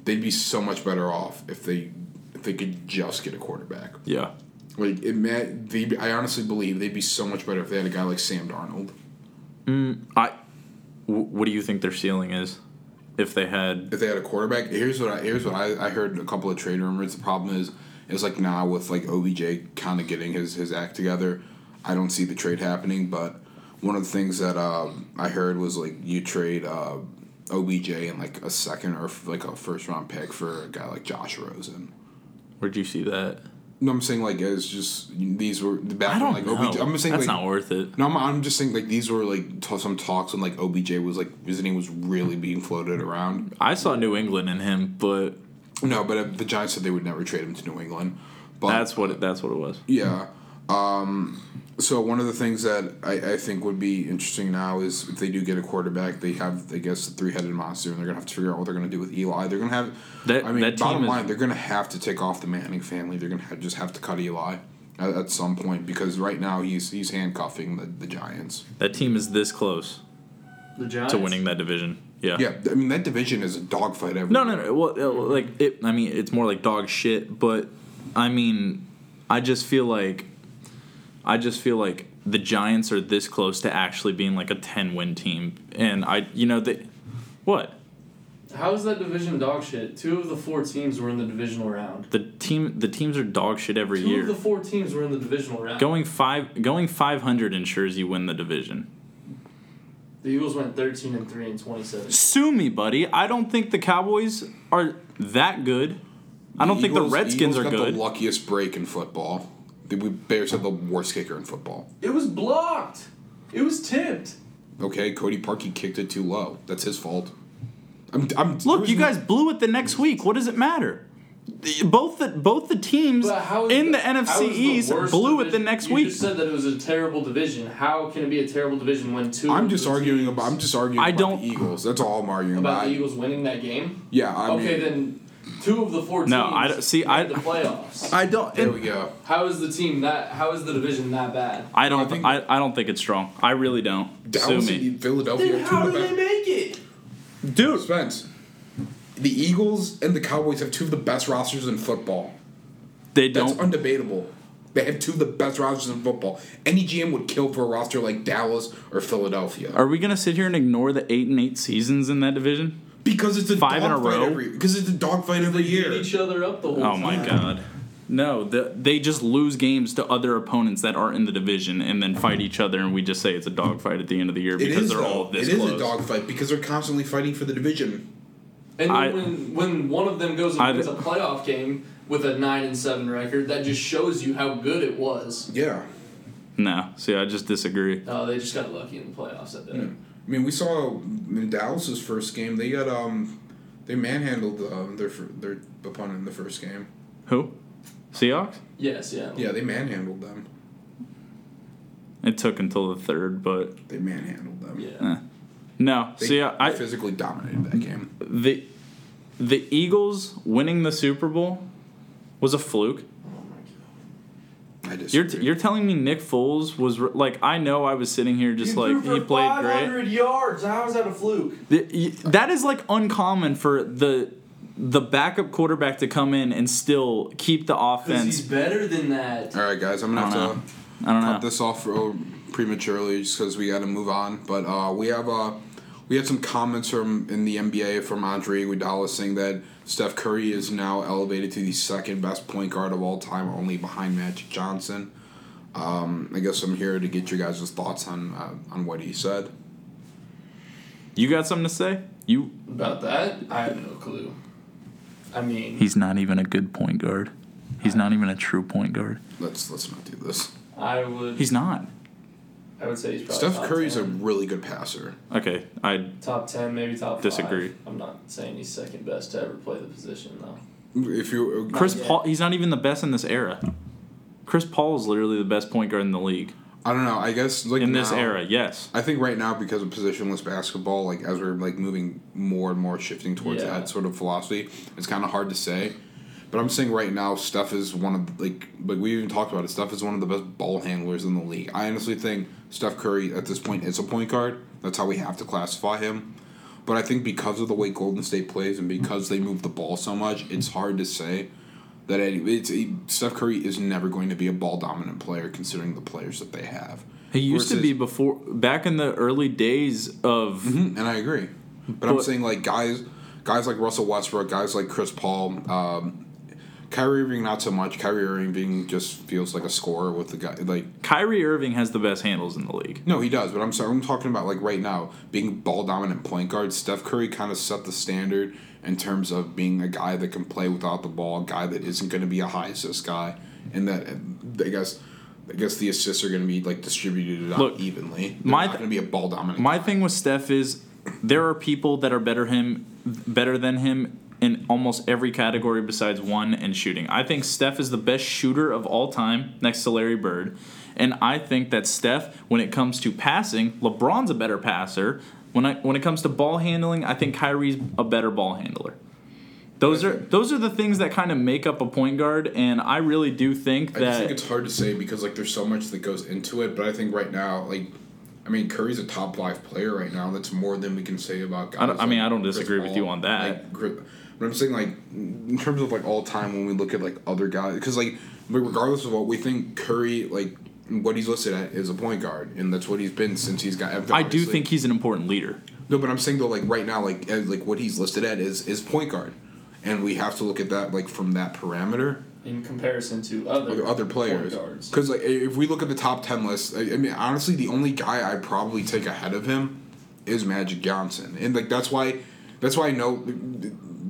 A: they'd be so much better off if they if they could just get a quarterback.
C: Yeah.
A: Like it, meant they, I honestly believe they'd be so much better if they had a guy like Sam Darnold.
C: I. W- what do you think their ceiling is? If they had,
A: if they had a quarterback. Here's what I here's what I, I heard a couple of trade rumors. The problem is is like now with like OBJ kind of getting his his act together. I don't see the trade happening, but one of the things that um, I heard was like you trade uh, OBJ and like a second or like a first round pick for a guy like Josh Rosen.
C: where'd you see that?
A: No, I'm saying like it's just these were the back
C: I don't
A: like
C: know.
A: OBJ. I'm saying
C: That's
A: like
C: not worth it.
A: no, I'm, I'm just saying like these were like t- some talks when like OBJ was like his name was really being floated around.
C: I saw New England in him, but
A: No, but uh, the Giants said they would never trade him to New England. But
C: that's what it, that's what it was.
A: yeah. Um, so one of the things that I, I think would be interesting now is if they do get a quarterback, they have I guess a three headed monster, and they're gonna have to figure out what they're gonna do with Eli. They're gonna have
C: That-
A: I mean,
C: that
A: bottom
C: team is-
A: line, they're gonna have to take off the Manning family. They're gonna have, just have to cut Eli at, at some point because right now he's he's handcuffing the, the Giants.
C: That team is this close
B: The Giants.
C: to winning that division. Yeah.
A: Yeah, I mean that division is a dogfight. Every
C: No, no, no. Well, uh, like it. I mean, it's more like dog shit. But I mean, I just feel like, I just feel like the Giants are this close to actually being like a ten win team, and I, you know, they, what
B: How is that division dog shit? Two of the four teams were in the divisional round.
C: the team, the teams are dog shit every
B: Two
C: year.
B: of the four teams were in the divisional round.
C: going five, going five hundred ensures you win the division.
B: The Eagles went thirteen and three in twenty seven.
C: Sue me, buddy. I don't think the Cowboys are that good. I don't think the
A: Eagles-
C: Redskins
A: Eagles
C: are
A: got
C: good.
A: The luckiest break in football. The- We Bears have the worst kicker in football.
B: It was blocked. It was tipped.
A: Okay, Cody Parkey kicked it too low. That's his fault. I'm. I'm
C: Look, you
A: there's no-
C: guys blew it the next week. What does it matter? The- Both the both the teams
B: But how is
C: in the,
B: how
C: NFC
B: is the
C: East
B: worst
C: blew it the
B: division-
C: next
B: you
C: week.
B: just said that it was a terrible division. How can it be a terrible division when two?
A: I'm
B: of
A: just
B: the
A: arguing
B: teams-
A: about. I'm just arguing.
C: I
A: about
C: don't-
A: the Eagles. That's all I'm arguing
B: about
A: about.
B: the Eagles winning that game.
A: Yeah, I
B: okay,
A: mean,
B: then two of the four teams.
C: No, I don't- see,
B: made
C: I-
B: the playoffs.
C: I don't.
A: there we go.
B: how is the team that? How is the division that bad?
C: I don't.
A: I think-
C: I, I don't think it's strong. I really don't. Sue
A: Dallas
C: me,
A: and Philadelphia. are two of the best-
B: make it?
C: dude.
A: Spence. The Eagles and the Cowboys have two of the best rosters in football.
C: They
A: That's
C: don't.
A: undebatable. They have two of the best rosters in football. Any GM would kill for a roster like Dallas or Philadelphia.
C: are we gonna sit here and ignore the eight and eight seasons in that division?
A: Because it's a
C: Five in a
A: dogfight
C: row?
A: every- Because it's a dogfight every
B: Beat
A: year.
B: each other up the whole
C: Oh my
B: time.
C: god. No, the, they just lose games to other opponents that aren't in the division, and then fight each other, and we just say it's a dogfight at the end of the year
A: It
C: because
A: is
C: they're
A: though.
C: all this
A: It is
C: close.
A: a dogfight because they're constantly fighting for the division.
B: And then
C: I-
B: when when one of them goes
C: I-
B: and wins a playoff game with a nine and seven record, that just shows you how good it was.
A: Yeah.
C: no, see, I just disagree.
B: Uh, they just got lucky in the playoffs at that.
A: I mean, we saw in Dallas's first game they got um they manhandled um, their fir- their opponent in the first game.
C: Who? Seahawks.
B: Yes, yeah.
A: Yeah, they manhandled them.
C: It took until the third, but
A: They manhandled them.
B: Yeah.
C: eh. no.
A: They,
C: See, I,
A: they
C: I
A: physically dominated that game.
C: the the Eagles winning the Super Bowl was a fluke.
A: I just
C: You're t- you're telling me Nick Foles was re- like I know I was sitting here just like he played great.
D: yards. How is that a fluke?
C: Th- y- That is like uncommon for the the backup quarterback to come in and still keep the
B: Because he's
C: offense.
B: better than that.
A: All right, guys, I'm gonna
C: I
A: have to
C: don't know. I don't know.
A: cut this off real prematurely just because we got to move on. But uh, we have uh, we had some comments from in the NBA from Andre Iguodala saying that Steph Curry is now elevated to the second best point guard of all time, only behind Magic Johnson. Um, I guess I'm here to get your guys' thoughts on uh, on what he said.
C: You got something to say? You
B: About that, I have no clue. I mean,
C: he's not even a good point guard. He's not even a true point guard.
A: Let's let's not do this.
B: I would.
C: He's not.
B: I would say he's probably
A: Steph
B: top
A: Curry's a
B: 10.
A: really good passer.
C: Okay, I
B: top ten, maybe top. five.
C: Disagree.
B: I'm not saying he's second best to ever play the position though.
A: If you
C: Chris
B: yet.
C: Paul, he's not even the best in this era. Chris Paul is literally the best point guard in the league
A: I don't know. I guess like
C: in this
A: now-
C: era. Yes,
A: I think right now because of positionless basketball, like as we're like moving more and more shifting towards
B: Yeah.
A: that sort of philosophy, it's kind of hard to say. But I'm saying right now, Steph is one of the- like like we even talked about it. Steph is one of the best ball handlers in the league. I honestly think Steph Curry at this point is a point guard. That's how we have to classify him. But I think because of the way Golden State plays and because they move the ball so much, it's hard to say that any, it's Steph Curry is never going to be a ball dominant player considering the players that they have.
C: he used to
A: Versus-
C: be before back in the early days of.
A: Mhm, and I agree. But, I'm
C: But-
A: saying like guys, guys like Russell Westbrook, guys like Chris Paul, um, Kyrie Irving not so much. Kyrie Irving being just feels like a scorer with the guy. Like
C: Kyrie Irving has the best handles in the league.
A: no, he does. But I'm sorry, I'm talking about like right now being ball dominant point guard. Steph Curry kind of set the standard in terms of being a guy that can play without the ball, a guy that isn't going to be a high assist guy, and that and I guess. I guess the assists are going to be like distributed out
C: Look,
A: evenly. They're not
C: my th-
A: going to be a ball dominant.
C: My
A: guy.
C: thing with Steph is there are people that are better him, better than him in almost every category besides one and shooting. I think Steph is the best shooter of all time next to Larry Bird. And I think that Steph, when it comes to passing, LeBron's a better passer. When I when it comes to ball handling, I think Kyrie's a better ball handler. Those are those are the things that kind of make up a point guard, and I really do think
A: I just
C: that
A: think it's hard to say because like there's so much that goes into it, but I think right now, like, I mean, Curry's a top five player right now. That's more than we can say about. Guys
C: I don't- I mean, I don't
A: Chris
C: disagree with you on that.
A: Like, Chris- but I'm saying like in terms of like all time when we look at like other guys, because like but regardless of what we think, Curry like what he's listed at is a point guard, and that's what he's been since he's got.
C: I do
A: obviously-
C: think he's an important leader.
A: no, but I'm saying though, like right now, like as, like what he's listed at is is point guard, and we have to look at that like from that parameter
B: in comparison to other
A: other, other players.
B: point guards.
A: Because like, if we look at the top ten list, I, I mean, honestly, the only guy I probably take ahead of him is Magic Johnson, and like that's why, that's why I know.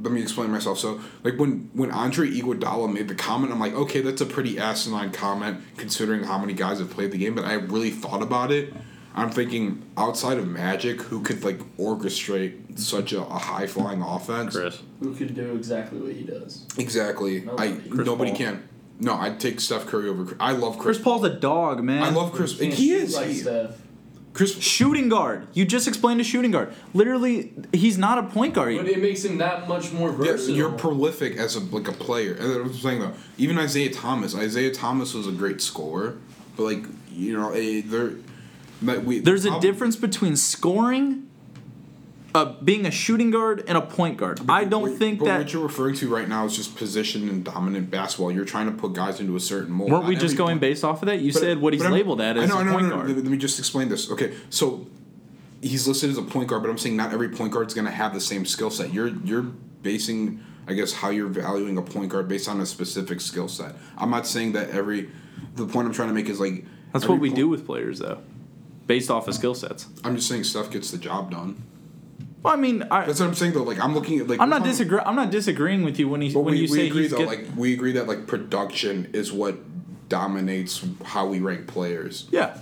A: Let me explain myself. So like when when Andre Iguodala made the comment, I'm like, okay, that's a pretty asinine comment considering how many guys have played the game. But I really thought about it. I'm thinking outside of Magic, who could like orchestrate such a, a high flying offense?
B: who could do exactly what he does.
A: Exactly.
B: No,
A: I
B: Chris
A: nobody
C: Paul.
A: can. No, I'd take Steph Curry over. I love Chris.
C: Chris Paul's a dog, man.
A: I love Chris.
B: Can't
A: He
B: shoot
A: is.
B: like
A: he-
B: Steph.
A: Chris.
C: shooting guard. You just explained a shooting guard. Literally, he's not a point guard.
B: But it makes him that much more
A: Yes,
B: versatile.
A: you're prolific as a like a player. And I'm saying though, even Isaiah Thomas. Isaiah Thomas was a great scorer, but like you know, eh, there. But we,
C: There's a
A: prob-
C: difference between scoring, uh, being a shooting guard, and a point guard. I don't
A: what-
C: think
A: but what
C: that.
A: you're referring to right now is just position and dominant basketball. You're trying to put guys into a certain mold.
C: Weren't
A: Not
C: we just
A: every
C: going
A: point-
C: based off of that? You
A: But-
C: said what he's
A: but I'm-
C: labeled at
A: I
C: is
A: know, I know,
C: point
A: no, no,
C: guard.
A: Let me just explain this. Okay, so he's listed as a point guard, but I'm saying not every point guard is going to have the same skill set. You're you're basing, I guess, how you're valuing a point guard based on a specific skill set. I'm not saying that every. The point I'm trying to make is like
C: That's
A: every
C: what we
A: point-
C: do with players, though, based off of skill sets.
A: I'm just saying stuff gets the job done.
C: Well, I mean, I,
A: That's what I'm saying though. Like I'm looking at like
C: I'm
A: we're
C: not
A: talking-
C: disagree. I'm not disagreeing with you when he
A: But
C: when
A: we,
C: you
A: we
C: say
A: agree
C: he's
A: though,
C: get-
A: like we agree that like production is what dominates how we rank players.
C: yeah.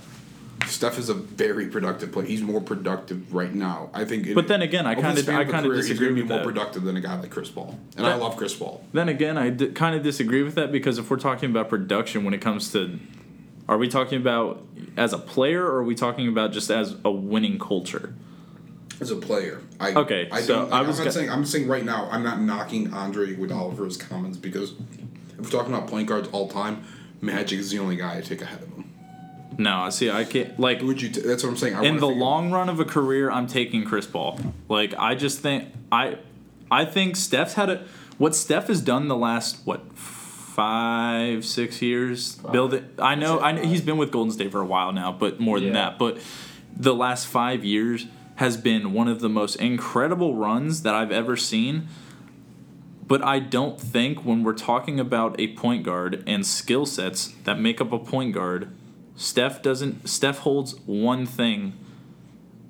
A: Steph is a very productive player. He's more productive right now. I think.
C: But then again, I
A: over the
C: kinda-
A: span
C: I
A: a
C: kinda
A: career, he's
C: disagree
A: gonna be
C: with
A: more
C: that.
A: productive than a guy like Chris Paul, and I
C: That-
A: love Chris Paul.
C: Then again, I d- kind of disagree with that because if we're talking about production when it comes to are we talking about as a player or are we talking about just as a winning culture?
A: as a player. I,
C: Okay,
A: I
C: so
A: don't,
C: I
A: I am
C: was go-
A: not saying I'm saying right now I'm not knocking Andre Iguodala for his comments because if we're talking about point guards all time, Magic is the only guy I take ahead of him.
C: No, I see. I can't like
A: Who Would you? T- that's what I'm saying. I
C: in
A: wanna
C: the
A: figure-
C: long run of a career, I'm taking Chris Paul. Like I just think I, I think Steph's had a what Steph has done the last what five six years. Build it. I know. I know he's been with Golden State for a while now, but more than
B: Yeah.
C: that. But the last five years has been one of the most incredible runs that I've ever seen. But I don't think when we're talking about a point guard and skill sets that make up a point guard, Steph doesn't. Steph holds one thing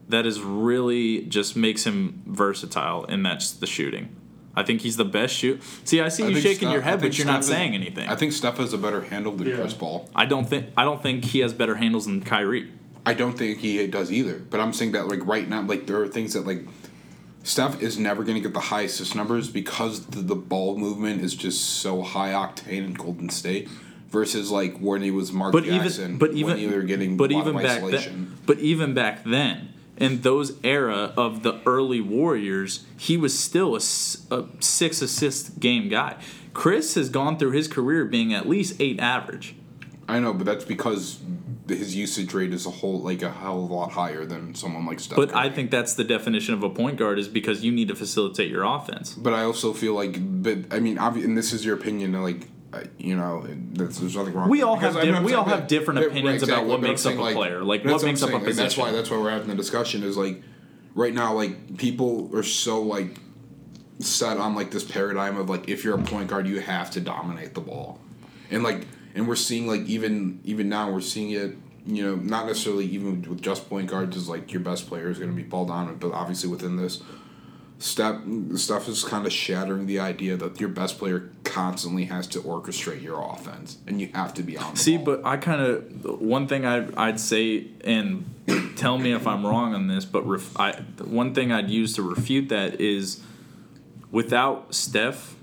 C: that is really just makes him versatile, and that's the shooting. I think he's the best shoot. See, I see
A: I
C: you
A: think
C: shaking
A: Steph-
C: your
A: I
C: head,
A: think
C: but you're not
A: Steph is-
C: saying anything.
A: I think Steph has a better handle than
B: Yeah.
A: Chris Paul.
C: I don't think I don't think he has better handles than Kyrie.
A: I don't think he does either. But I'm saying that like right now, like there are things that like Steph is never going to get the high assist numbers because the, the ball movement is just so high octane in Golden State versus like when he was Mark
C: But
A: Jackson.
C: even but even
A: when you were getting
C: but
A: a lot
C: even
A: of
C: back
A: isolation.
C: then, but even back then in those era of the early Warriors, he was still a, s- a six assist game guy. Chris has gone through his career being at least eight average.
A: I know, but that's because his usage rate is a whole like a hell of a lot higher than someone like Steph.
C: But
A: Curry.
C: I think that's the definition of a point guard is because you need to facilitate your offense.
A: But I also feel like, but I mean, obvi- and this is your opinion, and, like, uh, you know, and that's, there's nothing wrong. with
C: We
A: it.
C: all
A: Because,
C: have
A: I mean,
C: diff-
A: I'm
C: we
A: saying
C: all have
A: that-
C: different
A: that-
C: opinions about what
A: but I'm
C: makes up
A: saying,
C: a
A: like-
C: player, like,
A: that's
C: what
A: I'm
C: makes up a
A: saying, like, That's why
C: position.
A: that's why we're having the discussion is like, right now, like people are so like set on like this paradigm of like if you're a point guard, you have to dominate the ball, and like, and we're seeing like even even now we're seeing it. You know, not necessarily even with just point guards is like your best player is going to be ball dominant, but obviously within this, Step stuff is kind of shattering the idea that your best player constantly has to orchestrate your offense, and you have to be on. The
C: See,
A: ball.
C: but I kind of one thing I I'd say and tell me if I'm wrong on this, but ref, I, one thing I'd use to refute that is without Steph,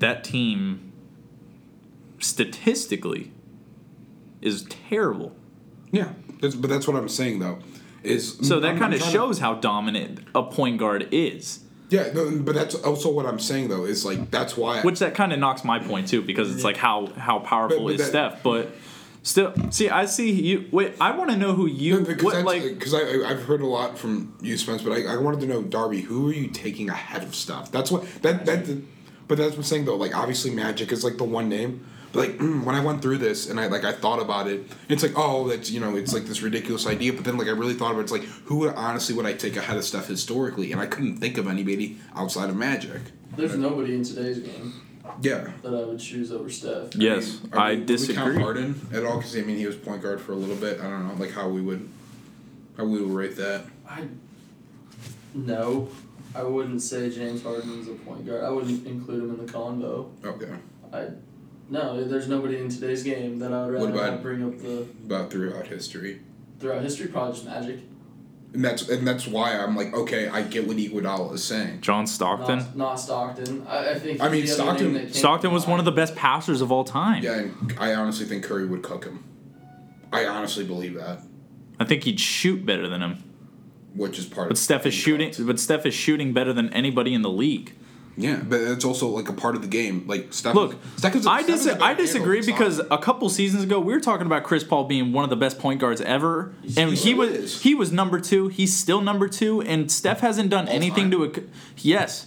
C: that team statistically is terrible.
A: Yeah, that's, but that's what I'm saying though. Is
C: So
A: Mm-hmm.
C: that
A: I'm-
C: kind
A: I'm
C: of
A: trying to-
C: shows how dominant a point guard is,
A: Yeah, no, but that's also what I'm saying though. Is like that's why.
C: which that kind of knocks my point too because it's like how how powerful
A: But- but
C: is
A: that-
C: Steph, but still see I see you wait, I want to know who you
A: because
C: what
A: that's- uh,
C: like
A: 'cause I, I- I've heard a lot from you, Spence, but I, I wanted to know, Darby, who are you taking ahead of stuff? That's what that that. But that's what I'm saying though. Like obviously, Magic is like the one name. But like mm, when I went through this and I like I thought about it, it's like oh that's you know it's like this ridiculous idea. But then like I really thought about it, it's like who would honestly would I take ahead of stuff historically? And I couldn't think of anybody outside of Magic.
D: There's nobody in today's game
A: Yeah.
D: that I would choose over Steph.
C: yes,
A: mean, are
C: I
A: we- do We count
C: disagree.
A: Harden at all because I mean he was point guard for a little bit. I don't know like how we would how we would rate that.
D: I no, I wouldn't say James Harden's a point guard. I wouldn't include him in the convo.
A: Okay,
D: No, there's nobody in today's game that I would
A: What
D: rather
A: about-
D: not bring up the
A: about throughout history,
D: throughout history. Probably just Magic.
A: and that's and that's why I'm like okay, I get what Iguodala is saying.
C: John Stockton.
D: Not, not Stockton. I, I think.
A: I
D: he's
A: mean,
D: the other
A: Stockton-
D: name that came
C: Stockton
D: to
C: was one of the
D: mind.
C: best passers of all time.
A: Yeah, and I honestly think Curry would cook him. I honestly believe that,
C: I think he'd shoot better than him.
A: which is part.
C: But
A: of
C: Steph is shooting but Steph is shooting better than anybody in the league.
A: Yeah, but it's also like a part of the game. Like Steph.
C: Look,
A: Steph is,
C: I,
A: Steph is
C: dis-
A: a better
C: I
A: handle
C: disagree
A: than
C: because
A: Stockton.
C: a couple seasons ago we were talking about Chris Paul being one of the best point guards ever, and he
A: he
C: was
A: is.
C: he was number two. He's still number two, and Steph hasn't done
A: All
C: anything
A: time.
C: to. Ac- yes,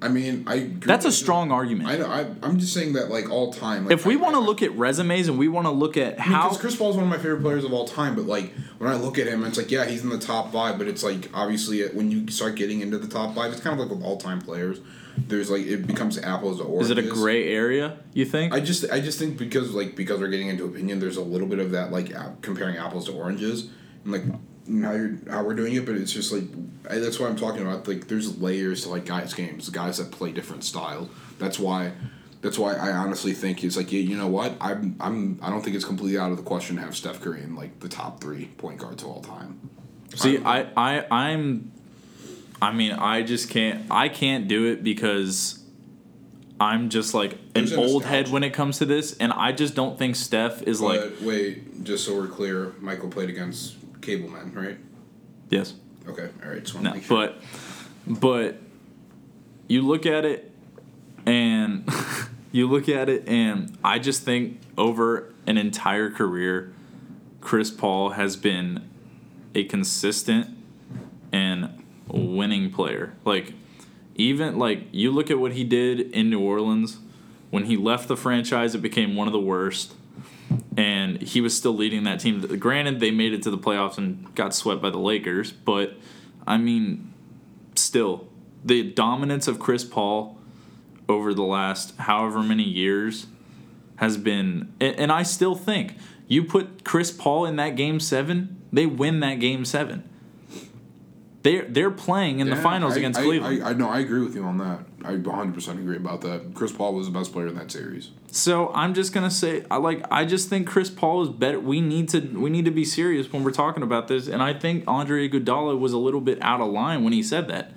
A: I mean I. Agree
C: that's a
A: with you.
C: strong argument.
A: I know. I, I'm just saying that like all time. Like,
C: if we
A: I-
C: want to
A: I-
C: look at resumes and we want to look at how
A: Because Chris Paul is one of my favorite players of all time, but like when I look at him, it's like yeah, he's in the top five, but it's like obviously uh, when you start getting into the top five, it's kind of like with all time players. There's like it becomes apples to
C: is
A: oranges.
C: it a gray area? You think?
A: I just I just think because like because we're getting into opinion, there's a little bit of that like app, comparing apples to oranges and like how you're how we're doing it, but it's just like I, that's what I'm talking about. Like there's layers to like guys' games, guys that play different styles. That's why. That's why I honestly think it's like yeah, you know what I'm I'm I don't think it's completely out of the question to have Steph Curry in like the top three point guards of all time.
C: See, I, I, I'm, I mean, I just can't, I can't do it because I'm just like an
A: There's an
C: old head
A: nostalgia.
C: when it comes to this, and I just don't think Steph is
A: But
C: like
A: wait, just so we're clear, Michael played against Cableman, right?
C: yes,
A: Okay, all right. So
C: no, but, but you look at it, and you look at it, and I just think over an entire career, Chris Paul has been a consistent and winning player. Like even like you look at what he did in New Orleans when he left the franchise, it became one of the worst. And he was still leading that team. Granted, they made it to the playoffs and got swept by the Lakers, but I mean, still, the dominance of Chris Paul over the last however many years has been, and and I still think you put Chris Paul in that game seven, they win that game seven. They're, they're playing in the
A: Yeah,
C: finals
A: I-
C: against
A: I-
C: Cleveland.
A: I, I know. I agree with you on that. I 100 percent agree about that. Chris Paul was the best player in that series.
C: So I'm just gonna say, I like. I just think Chris Paul is better. We need to we need to be serious when we're talking about this. And I think Andre Iguodala was a little bit out of line when he said that.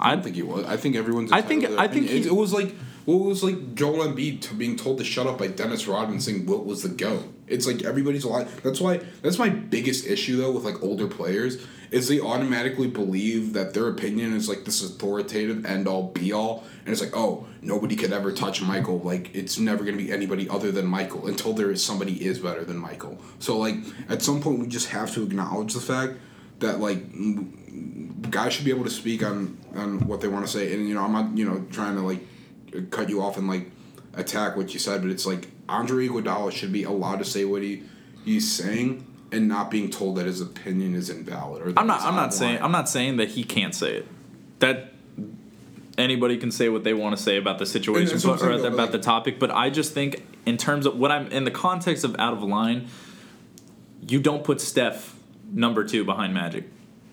A: I
C: I
A: don't think he was. I think everyone's.
C: I think-
A: entitled to their
C: I think
A: opinion.
C: he-
A: it, it was like well, it was like Joel Embiid to being told to shut up by Dennis Rodman saying Wilt was the goat. It's like everybody's lying. That's why. That's my biggest issue though with like older players is they automatically believe that their opinion is like this authoritative end all be all, and it's like oh nobody could ever touch Michael. Like it's never gonna be anybody other than Michael until there is somebody is better than Michael. So like at some point we just have to acknowledge the fact that like guys should be able to speak on on what they want to say and you know i'm not you know trying to like cut you off and like attack what you said but it's like andre Iguodala should be allowed to say what he he's saying and not being told that his opinion is invalid or that
C: I'm not
A: it's
C: I'm
A: out
C: not
A: of
C: saying
A: line.
C: I'm not saying that he can't say it. That anybody can say what they want to say about the situation
A: that's what
C: but,
A: I'm
C: or
A: saying,
C: about
A: though,
C: the
A: like-
C: topic. But I just think in terms of what I'm in the context of out of line, you don't put Steph number two behind Magic.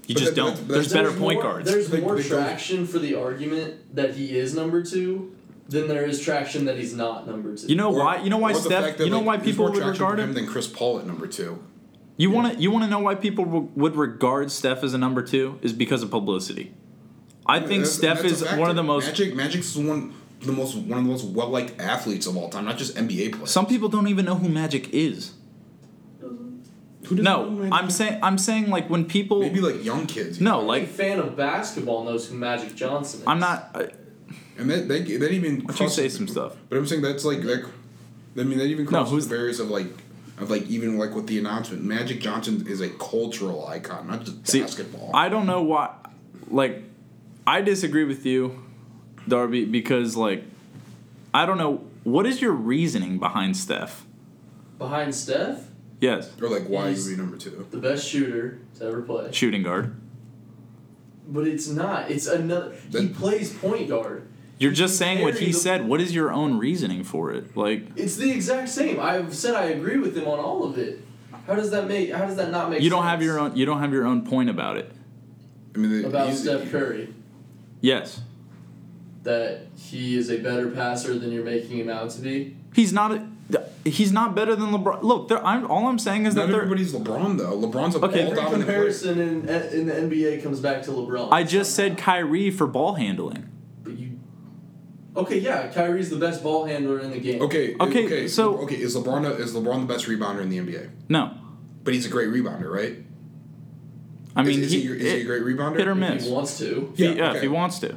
C: You
A: But that-
C: just don't.
A: that's-
C: There's
A: that's-
C: better
D: There's
C: point
D: more-
C: guards.
D: There's
A: Big-
D: more
A: big guard.
D: traction for the argument that he is number two than there is traction that he's not number two.
C: You know
A: Or-
C: why? You know why
A: or the
C: Steph?
A: fact that,
C: You know
A: like,
C: why
A: there's
C: people
A: more
C: would
A: traction for
C: regard
A: him
C: him.
A: than chris paul at number two
C: You want to? You want to know why people w- would regard Steph as a number two is because of publicity. I think
A: That's-
C: Steph
A: that's a
C: is
A: factor.
C: one of the most.
A: Magic. Magic's one the most one of the most well liked athletes of all time, not just NBA players.
C: Some people don't even know who Magic is.
A: Who doesn't know
C: No,
A: Magic
C: I'm
A: is?
C: saying I'm saying like when people
A: maybe like young kids.
C: no
B: Like
C: like
B: fan of basketball knows who Magic Johnson is.
C: I'm not. I,
A: and that they, that even
C: Why don't you
A: crosses-
C: say some stuff?
A: But I'm saying that's like that. I mean, that even
C: No,
A: crosses
C: who's-
A: the barriers of like of like even like with the announcement. Magic Johnson is a cultural icon, not just
C: See,
A: basketball.
C: I don't know why. Like, I disagree with you, Darby, because like, I don't know what is your reasoning behind Steph.
B: behind Steph,
C: Yes,
A: or like why
B: He's-
A: is he number two?
B: the best shooter to ever play.
C: shooting guard.
B: But it's not. It's another. He
A: Then-
B: plays point guard.
C: You're just saying what
B: Very
C: he
B: the-
C: said. What is your own reasoning for it? Like,
B: It's the exact same. I've said I agree with him on all of it. How does that make? How does that not make?
C: you don't
B: sense
C: have your own. You don't have your own point about it.
A: I mean,
B: about
A: he's-
B: Steph Curry
C: Yes,
B: that he is a better passer than you're making him out to be.
C: he's not. A, he's not better than LeBron. Look, there. I'm all I'm saying is
A: Not
C: that they're.
A: everybody's LeBron though. LeBron's a
C: Okay.
A: ball
B: Every
A: dominant player.
B: comparison in, in the NBA comes back to LeBron.
C: I just said Kyrie for ball handling.
B: But you. Okay, yeah, Kyrie's the best ball handler in the game.
A: Okay.
C: Okay,
A: Okay.
C: so-
A: okay, is LeBron a, is LeBron the best rebounder in the NBA?
C: No,
A: But he's a great rebounder, right?
C: I mean
A: is, is
C: he,
A: he, is he a great rebounder?
C: hit or
B: If
C: miss.
B: he wants to.
C: He-
A: Yeah,
C: yeah, if
A: okay.
C: he wants to.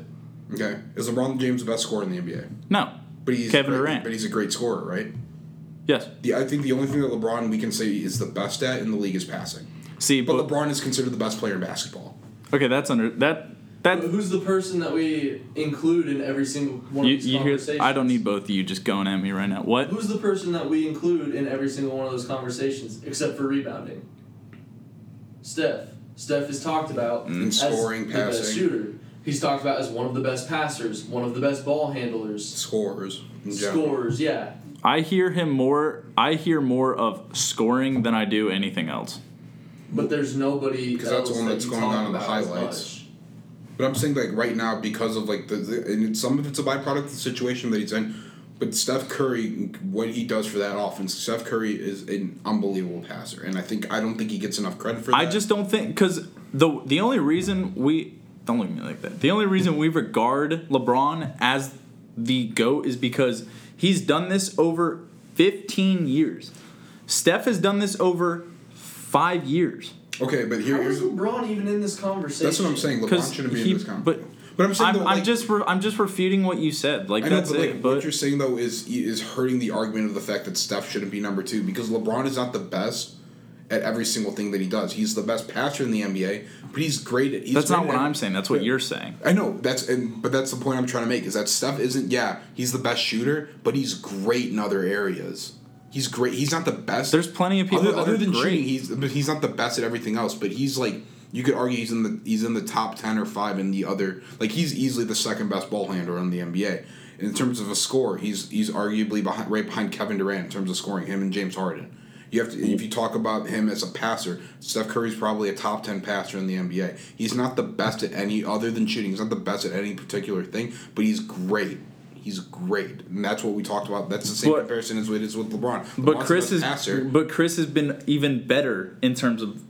A: Okay. Is LeBron James the best scorer in the NBA?
C: No.
A: But he's
C: Kevin
A: but-
C: Durant.
A: But he's a great scorer, right?
C: Yes.
A: The, I think the only thing that LeBron we can say is the best at in the league is passing.
C: See,
A: But
C: but,
A: LeBron is considered the best player in basketball.
C: okay, that's under that.
B: But
C: That
B: who's the person that we include in every single one
C: you,
B: of these
C: you
B: conversations?
C: hear? I don't need both of you just going at me right now. What?
B: Who's the person that we include in every single one of those conversations, except for rebounding? Steph. Steph is talked about
A: And
B: as
A: scoring,
B: the best
A: passing.
B: shooter. He's talked about as one of the best passers, one of the best ball handlers,
A: Scores. in general.
B: scorers. Yeah,
C: I hear him more. I hear more of scoring than I do anything else.
B: but there's nobody
A: 'Cause that's
B: else
A: the one
B: that
A: that's
B: you
A: going
B: talk
A: on in the
B: about as
A: highlights.
B: much.
A: But I'm saying like right now because of like the, the and it's, some of it's a byproduct of the situation that he's in. But Steph Curry, what he does for that offense, Steph Curry is an unbelievable passer, and I think I don't think he gets enough credit for that.
C: I just don't think because the the only reason we don't look at me like that. The only reason we regard LeBron as the goat is because he's done this over 15 years. Steph has done this over five years.
A: okay, but here,
B: How is
A: here's
B: LeBron even in this conversation?
A: that's what I'm saying. LeBron
C: Because
A: shouldn't be
C: he-
A: in this conversation.
C: but
A: but I'm saying
C: I'm,
A: though,
C: I'm
A: like,
C: just re- I'm just refuting what you said. Like
A: I know,
C: that's
A: but like
C: it.
A: what
C: But
A: you're saying though is is hurting the argument of the fact that Steph shouldn't be number two because LeBron is not the best at every single thing that he does. He's the best passer in the NBA, but he's great. At, he's
C: that's
A: great
C: not
A: at
C: what
A: every-
C: I'm saying. That's what you're saying.
A: I know that's and but that's the point I'm trying to make is that Steph isn't yeah he's the best shooter but he's great in other areas. He's great. He's not the best.
C: There's plenty of people
A: other,
C: that
A: other
C: are
A: than
C: great.
A: shooting. He's but he's not the best at everything else. But he's like you could argue he's in the he's in the top ten or five in the other. Like he's easily the second best ball handler in the NBA. In terms of a score, he's he's arguably behind, right behind Kevin Durant in terms of scoring. Him and James Harden. You have to if you talk about him as a passer, Steph Curry's probably a top ten passer in the NBA. He's not the best at any other than shooting. He's not the best at any particular thing, but he's great. He's great, and that's what we talked about. That's the same
C: But-
A: comparison as it is with LeBron. LeBron's
C: But
A: the
C: Chris
A: best
C: is
A: passer.
C: but Chris has been even better in terms of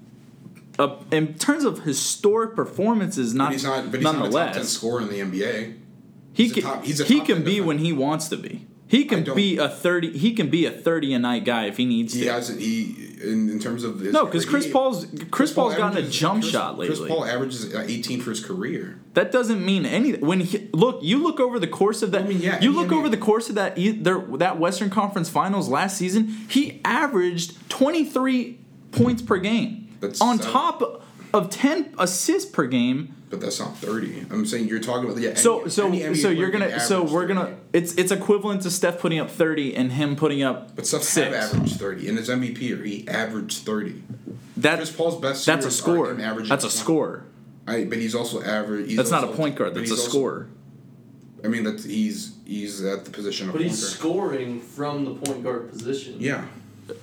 C: uh, in terms of historic performances. Not,
A: But he's not. But he's not a top ten
C: nonetheless,
A: scorer in the NBA.
C: he
A: he's a
C: can
A: top- he's a
C: he
A: top
C: can
A: end
C: be
A: defender.
C: when he wants to be. He can
A: don't-
C: be a thirty. He can be a thirty a night guy if he needs
A: He
C: to.
A: has he in, in terms of his
C: no, because Chris
A: he-
C: Paul's Chris, Paul's gotten a
A: averages-
C: jump
A: Chris-
C: shot lately.
A: Chris Paul averages uh, eighteen for his career.
C: That doesn't mean anything. When he, look, you look over the course of that.
A: I mean, yeah,
C: you
A: he-
C: look
A: I mean-
C: over the course of that e- their, that Western Conference Finals last season. He averaged twenty three points per game.
A: That's
C: on
A: seven.
C: top of ten assists per game.
A: But that's not thirty. I'm saying you're talking about yeah.
C: So
A: any-
C: so
A: any NBA
C: so
A: player
C: you're
A: can
C: gonna so
A: average
C: we're
A: 30.
C: gonna it's it's equivalent to Steph putting up thirty and him putting up
A: But Steph
C: six.
A: have averaged thirty in his MVP year. He averaged thirty.
C: That-
A: Chris Paul's best.
C: that's a
A: years are
C: score.
A: him averaging
C: That's a
A: 20.
C: score.
A: I, but he's also average. He's
C: That's not a
A: also-
C: point guard.
A: but
C: That's a
A: he's also-
C: scorer.
A: I mean, that's he's he's at the position of
B: But
A: point
B: he's
A: guard.
B: scoring from the point guard position.
A: Yeah.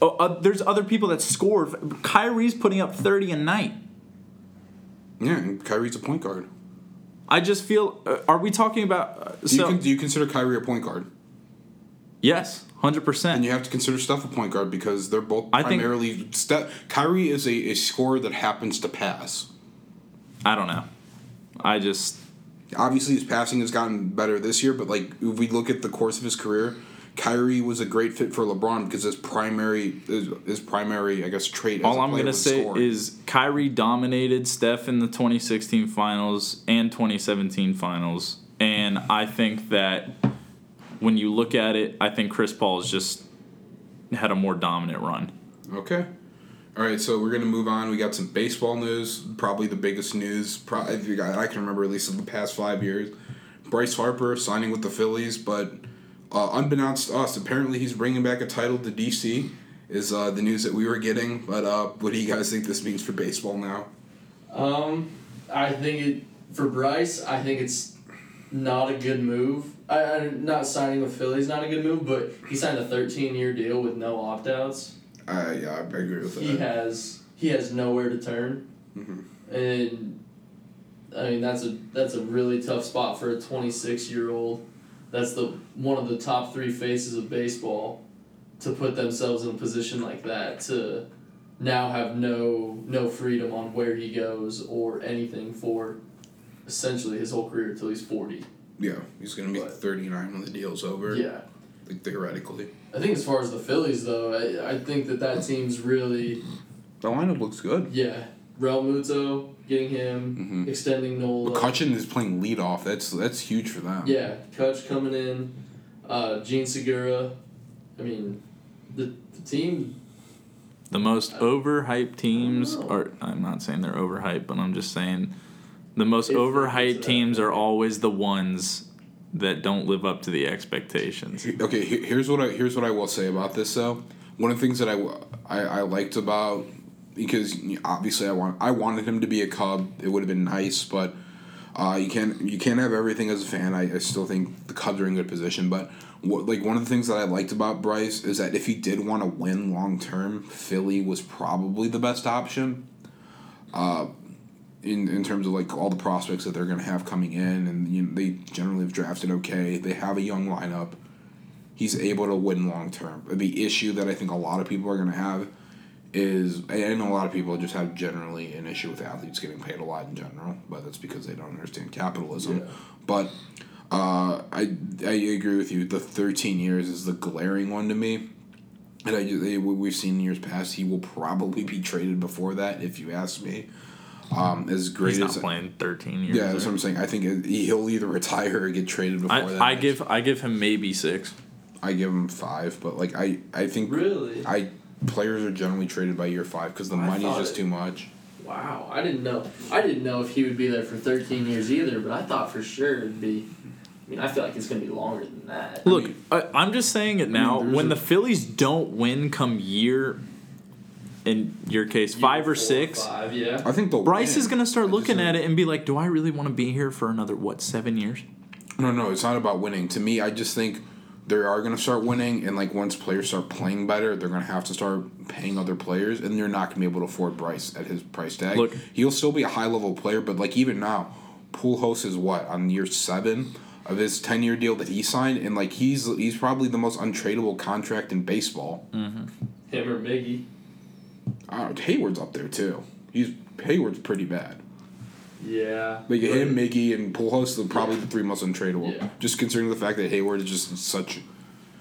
C: Oh, uh, there's other people that score. Kyrie's putting up thirty a night.
A: Yeah, and Kyrie's a point guard.
C: I just feel. Uh, are we talking about? Uh,
A: Do you,
C: so
A: con- do you consider Kyrie a point guard?
C: yes, hundred
A: And
C: percent.
A: you have to consider Steph a point guard because they're both
C: I think-
A: primarily. Steph, Kyrie is a, a scorer that happens to pass.
C: I don't know. I just
A: obviously his passing has gotten better this year, but like if we look at the course of his career, Kyrie was a great fit for LeBron because his primary his, his primary I guess trait. as
C: All
A: a
C: I'm
A: player
C: gonna
A: was
C: say
A: scoring.
C: is Kyrie dominated Steph in the 2016 Finals and 2017 Finals, and I think that when you look at it, I think Chris Paul has just had a more dominant run.
A: Okay. All right, so we're gonna move on. We got some baseball news, probably the biggest news pro- I think I I can remember at least in the past five years. Bryce Harper signing with the Phillies, but uh, unbeknownst to us, apparently he's bringing back a title to DC. Is uh, the news that we were getting? But uh, what do you guys think this means for baseball now?
B: Um, I think it for Bryce. I think it's not a good move. I, I not signing with Philly is not a good move, but he signed a thirteen year deal with no opt outs.
A: Uh, yeah, I agree with that.
B: He has he has nowhere to turn,
A: Mhm.
B: and I mean that's a that's a really tough spot for a twenty six year old. That's the one of the top three faces of baseball, to put themselves in a position like that to now have no no freedom on where he goes or anything for essentially his whole career till he's 40
A: Yeah, he's gonna be
B: But-
A: thirty nine when the deal's over.
B: yeah
A: like, theoretically,
B: i think as far as the phillies though i, I think that that team's really
A: the lineup looks good.
B: yeah Real Muto, getting him,
A: Mhm.
B: extending Nola.
A: McCutcheon is playing leadoff. That's that's huge for them.
B: Yeah, Kutch coming in, uh, Gene Segura. I mean, the, the team.
C: The most overhyped teams
B: know.
C: are. I'm not saying they're overhyped, but I'm just saying the most
B: If they get to
C: overhyped
B: that
C: teams are
B: point.
C: always the ones that don't live up to the expectations.
A: Okay, he- here's what I here's what I will say about this though. One of the things that I w- I, I liked about because you know, obviously I want I wanted him to be a Cub. It would have been nice, but uh, you can't you can't have everything as a fan. I, I still think the Cubs are in good position, but what, like one of the things that I liked about Bryce is that if he did want to win long term, Philly was probably the best option. Uh, in in terms of like all the prospects that they're gonna have coming in, and you know, they generally have drafted okay. They have a young lineup he's able to win long term. The issue that I think a lot of people are going to have is, and I know a lot of people just have generally an issue with athletes getting paid a lot in general, but that's because they don't understand capitalism. But uh, I, I agree with you. The 13 years is the glaring one to me. And I, they, what we've seen in years past, he will probably be traded before that, if you ask me. Um, as great
C: He's not
A: as
C: playing 13 years.
A: yeah, that's what I'm saying. I think it- he'll either retire or get traded before that.
C: I, I give I give him maybe six.
A: I give him five, but like I, I think
B: Really?
A: I players are generally traded by year five because the
B: I
A: money's
B: thought
A: just
B: it-
A: too much.
B: Wow, I didn't know. I didn't know if he would be there for 13 years either, but I thought for sure it'd be. I mean, I feel like it's gonna be longer than that.
C: Look, I, I'm just saying it now.
A: there's
C: when
A: a-
C: the Phillies don't win come year, in your case, five
B: Four
C: or six,
B: Five, yeah.
A: I think the
C: Bryce is going to start looking at it and be like, do I really want to be here for another, what, seven years?
A: No, no, it's not about winning. To me, I just think they are gonna start winning, and like once players start playing better, they're gonna have to start paying other players, and you're not gonna be able to afford Bryce at his price tag.
C: Look-
A: he'll still be a high level player, but like even now, Pujols is what on year seven. Of his ten-year deal that he signed, and like he's he's probably the most untradeable contract in baseball.
B: Him or Miggy.
A: Uh, Hayward's up there too. He's Hayward's pretty bad.
B: Yeah.
A: Like
B: But-
A: him, Miggy, and Pujols are probably the three most untradeable.
B: Yeah.
A: Just considering the fact that Hayward is just such,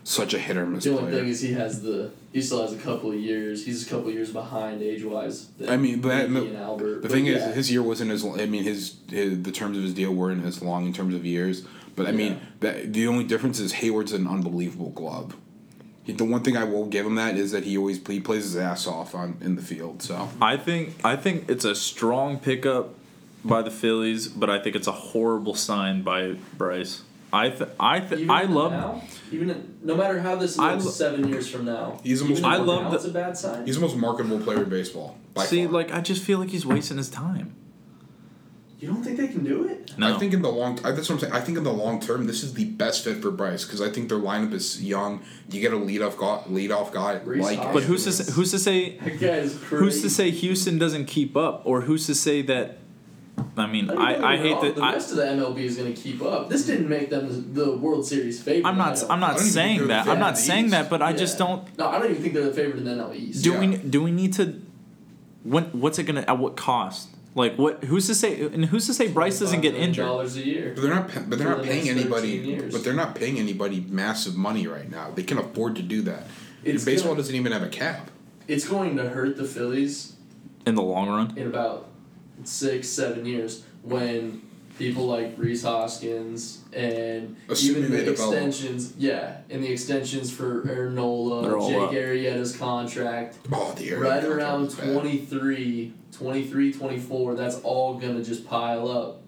A: such a hit or miss
B: The only
A: player.
B: thing is he has the. He still has a couple of years. He's a couple of years behind age wise.
A: I mean, but that-
B: and Albert.
A: the
B: but
A: thing
B: yeah.
A: is, his year wasn't as. I mean, his, his the terms of his deal weren't as long in terms of years. But I mean,
B: Yeah.
A: that the only difference is Hayward's an unbelievable glove. He, the one thing I will give him that is that he always he plays his ass off on in the field. So
C: I think I think it's a strong pickup by the Phillies, but I think it's a horrible sign by Bryce. I th- I th-
B: Even
C: I love
B: now, even in- no matter how this
C: I
B: looks
C: lo-
B: seven years from now.
A: He's the
B: even
A: most-
B: right
C: I love
B: now
C: the-
B: It's a bad sign.
A: he's the most marketable player in baseball. By
C: see
A: far.
C: like I just feel like he's wasting his time.
B: you don't think they can do it?
C: No.
A: I think in the long. I- That's what I'm saying. I think in the long term, this is the best fit for Bryce because I think their lineup is young. You get a leadoff guy, leadoff guy
B: Reese
A: like.
B: Hoskins.
C: but who's to say, who's to say
B: That guy is crazy.
C: who's to say Houston doesn't keep up or who's to say that I mean,
B: Don't get me
C: I, I hate
B: wrong,
C: that
B: the
C: I,
B: rest of the MLB is going to keep up. This didn't make them the World Series favorite.
C: I'm
B: I
C: not.
B: don't
C: I'm
A: I
C: not
A: don't even
C: saying
A: think they're
C: that.
A: the
C: I'm not
A: favorites.
C: saying that. But I
B: Yeah.
C: just don't.
B: No, I don't even think they're the favorite in the NL East.
C: Do
A: Yeah.
C: we? Do we need to? When? What's it gonna? At what cost? Like what? Who's to say? And who's to say Bryce doesn't
B: $25
C: get
B: million
C: injured?
B: Dollars a year.
A: But they're not. pa- But they're
B: For
A: not
B: the
A: paying
B: next 13
A: anybody.
B: years.
A: But they're not paying anybody massive money right now. They can afford to do that.
B: It's
A: baseball
B: gonna-
A: doesn't even have a cap.
B: It's going to hurt the Phillies
C: In the long run,
B: in about six, seven years when people like Reese Hoskins and
A: Assuming
B: even
A: they
B: the
A: develop.
B: extensions, yeah, and the extensions for
C: They're all
B: Ernola, Jake
C: up.
B: Arrieta's contract,
A: Oh, the area
B: right
A: contract
B: around
A: is bad.
B: 23, 23, 24, that's all gonna just pile up,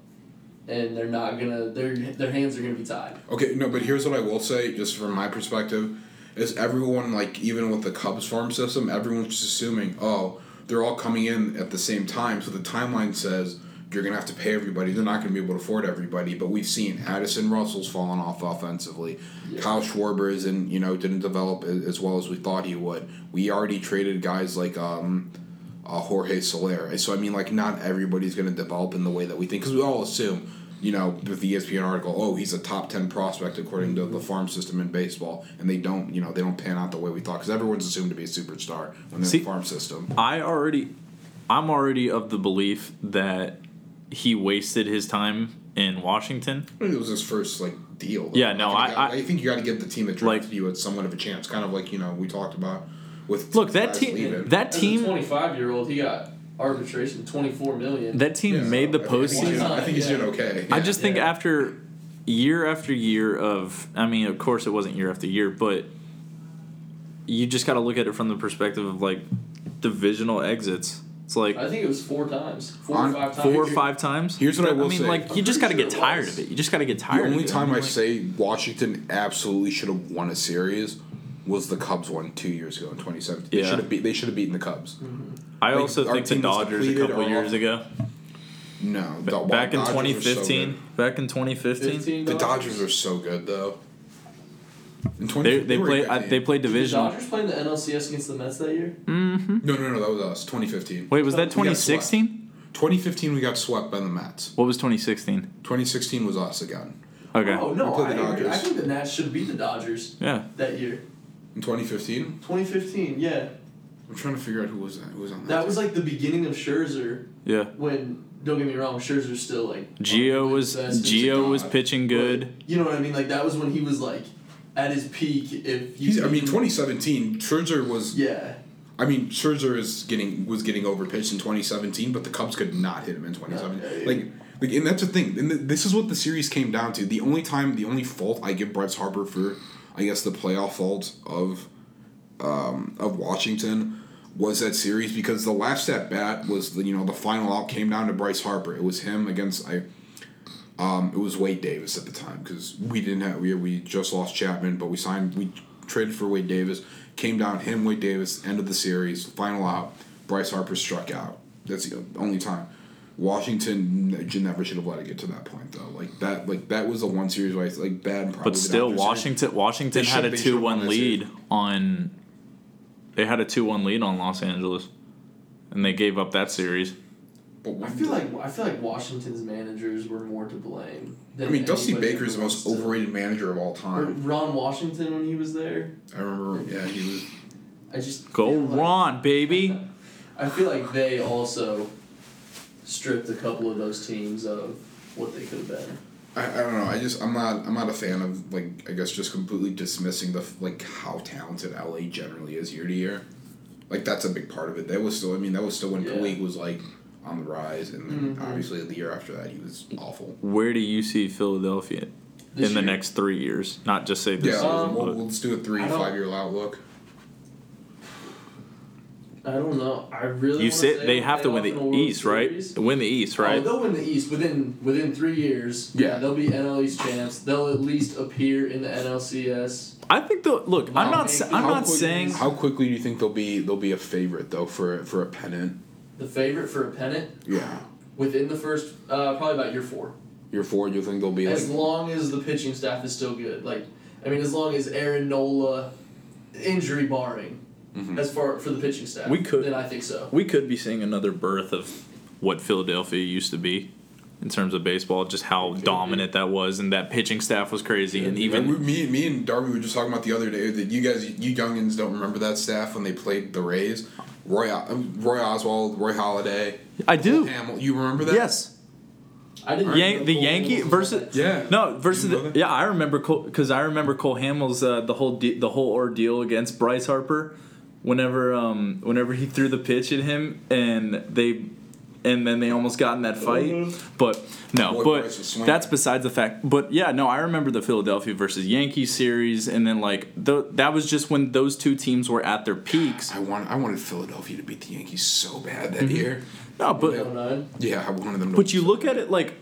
B: and they're not gonna their their hands are gonna be tied.
A: Okay, no, but here's what I will say, just from my perspective, is everyone like even with the Cubs farm system, everyone's just assuming, oh, they're all coming in at the same time, so the timeline says you're gonna have to pay everybody. They're not gonna be able to afford everybody. But we've seen Addison Russell's fallen off offensively.
B: Yeah.
A: Kyle Schwarber isn't, you know, didn't develop a- as well as we thought he would. We already traded guys like um, uh, Jorge Soler. So I mean, like, not everybody's going to develop in the way that we think because we all assume, you know, with the ESPN article, oh, he's a top ten prospect according
C: Mm-hmm.
A: to the farm system in baseball, and they don't, you know, they don't pan out the way we thought because everyone's assumed to be a superstar when they're in
C: See-
A: the farm system.
C: I already, I'm already of the belief that he wasted his time in Washington.
A: I think it was his first like deal. though.
C: Yeah, no,
A: I think,
C: I-
A: I, think you got to give the team that
C: Like-
A: drafted you at somewhat of a chance, kind of like you know we talked about with
C: Look, that
A: guys
C: team,
A: leaving.
C: that
B: As a
C: team,
B: twenty five year old, he got arbitration twenty four million.
C: that team
A: Yeah,
C: made the
A: I think- I think he's doing-
C: postseason.
A: I think he's doing okay.
C: I
A: Yeah.
C: just think
B: Yeah.
C: after year after year of, I mean, of course it wasn't year after year, but you just got to look at it from the perspective of like divisional exits. It's like
B: I think it was four times, four
A: On-
B: or five times.
C: four or five times.
A: Here's what I will
C: mean,
A: say.
C: like you
B: I'm
C: just got
B: pretty
C: to
B: sure
C: get
B: it
C: tired
B: was.
C: of it. You just got to get
A: The
C: tired.
A: only
C: of it.
A: time
C: mean,
A: I
C: like-
A: say Washington absolutely should have won a series was the Cubs one two years ago in 2017. They
C: Yeah.
A: should have beat. They should have beaten the Cubs.
C: I
A: like,
C: also
A: our
C: think the
A: team was
C: Dodgers a
A: depleted
C: couple
A: or
C: years
A: off-
C: ago,
A: No, the Wa-
C: back in
A: Dodgers were so
C: 2015, back in 2015,
B: 15
A: good. the Dodgers are so good though. In 20,
C: they they
A: were a
C: play
A: good
C: I,
A: team.
C: they played
B: Did the
C: divisional.
B: Dodgers playing the NLCS against the Mets that year?
A: No, no, no, that was us. 2015.
C: Wait, was that
A: We got swept.
C: 2016?
A: 2015 we got swept by the Mets.
C: What was 2016?
A: 2016 was us again.
C: Okay,
B: Oh no,
A: We played the
B: I, agree. I
A: Dodgers.
B: think the Nats should beat the Dodgers
C: yeah.
B: that year.
A: In 2015,
B: 2015, yeah.
A: I'm trying to figure out who was that. Who was on that?
B: That
A: team.
B: was like the beginning of Scherzer
C: Yeah.
B: when don't get me wrong, Scherzer's still like
C: Geo
B: arguably
C: was
B: the best. He's a
C: Geo
B: god.
C: was pitching good.
B: But, you know what I mean? Like that was when he was like at his peak if you
A: He's, I mean, 2017. Scherzer was
B: Yeah.
A: I mean, Scherzer is getting was getting overpitched in 2017, but the Cubs could not hit him in 2017.
B: No.
A: Like, like, and that's the thing. And th- this is what the series came down to. The only time, the only fault I give Bryce Harper for, I guess, the playoff fault of, um, of Washington was that series because the last at bat was the you know the final out came down to Bryce Harper. It was him against I. Um, it was Wade Davis at the time because we didn't have we, we just lost Chapman, but we signed we traded for Wade Davis. Came down him Wade Davis end of the series final out. Bryce Harper struck out. That's the only time. Washington n- j- never should have let it get to that point though. Like that like that was the one series where I like bad.
C: But still,
A: Washington.
C: Washington Washington
A: They
C: had
A: should-
C: a
A: they should
C: two
A: have won
C: one
A: that
C: lead
A: series.
C: on. They had a two one lead on Los Angeles, and they gave up that series.
A: But
B: I
A: when-
B: feel like I feel like Washington's managers were more to blame. Than
A: I mean Dusty
B: anybody
A: Baker is the
B: ever
A: most
B: was to-
A: overrated manager of all
B: Or
A: time.
B: Ron Washington when he was there.
A: I remember. Yeah, he was.
B: I just
C: Go
B: feel like-
C: Ron, baby!
B: I feel like they also stripped a couple of those teams of what they could have been.
A: I, I don't know. I just I'm not I'm not a fan of like I guess just completely dismissing the f- like how talented LA generally is year to year. Like that's a big part of it. That was still I mean that was still when
B: Yeah.
A: Puig was like on the rise, and then
B: Mhm.
A: obviously the year after that he was awful.
C: Where do you see Philadelphia
B: This
C: in the
B: year,
C: next three years? Not just say this
A: Yeah,
C: season,
B: Um,
A: we'll,
C: but
A: we'll just do a three
B: I don't-
A: five year outlook.
B: I don't know. I really.
C: you
B: wanna
C: sit.
B: say
C: They have to
B: playoff
C: win
B: in a
C: the
B: World
C: East,
B: Series.
C: right? Win the East,
B: Oh,
C: right?
B: they'll win the East within within three years.
A: Yeah.
B: they'll be NL East champs. They'll at least appear in the NLCS.
C: I think the look.
B: Wow.
C: I'm not. sa- I'm
A: How
C: not
A: quick-
C: saying.
A: How quickly do you think they'll be they'll be a favorite though for for a pennant?
B: The favorite for a pennant
A: Yeah,
B: within the first uh, probably about year four.
A: year four. Do you think they'll be like
B: As long as the pitching staff is still good, like I mean, as long as Aaron Nola, injury barring,
A: Mhm.
B: as far for the pitching staff,
C: We could-
B: Then I think so.
C: We could be seeing another birth of what Philadelphia used to be in terms of baseball, just how dominant that was, and that pitching staff was crazy, and
A: Yeah, we,
C: even
A: me, me and Darby were just talking about the other day that you guys, you youngins, don't remember that staff when they played the Rays. Roy uh, Roy Oswald, Roy Holiday,
C: I do.
A: Hamill. You remember that?
C: Yes.
B: I didn't.
C: Yan-
B: know
C: the
B: Cole
C: Yankee
B: Hamels was
C: versus-
B: that.
A: Yeah.
C: No, versus
A: You know
C: the,
A: that?
C: yeah, I remember because I remember Cole Hamels uh, the whole de- the whole ordeal against Bryce Harper, whenever um whenever he threw the pitch at him and they, and then they almost got in that fight, but no,
A: Mm-hmm. Boy, Bryce was
C: but
A: swinging.
C: that's besides the fact. But yeah, no, I remember the Philadelphia versus Yankee series, and then like tho- that was just when those two teams were at their peaks.
A: I want I wanted Philadelphia to beat the Yankees so bad that year.
C: No, but
B: 09.
A: Yeah, I wanted them to.
C: Mm-hmm. But you look at it like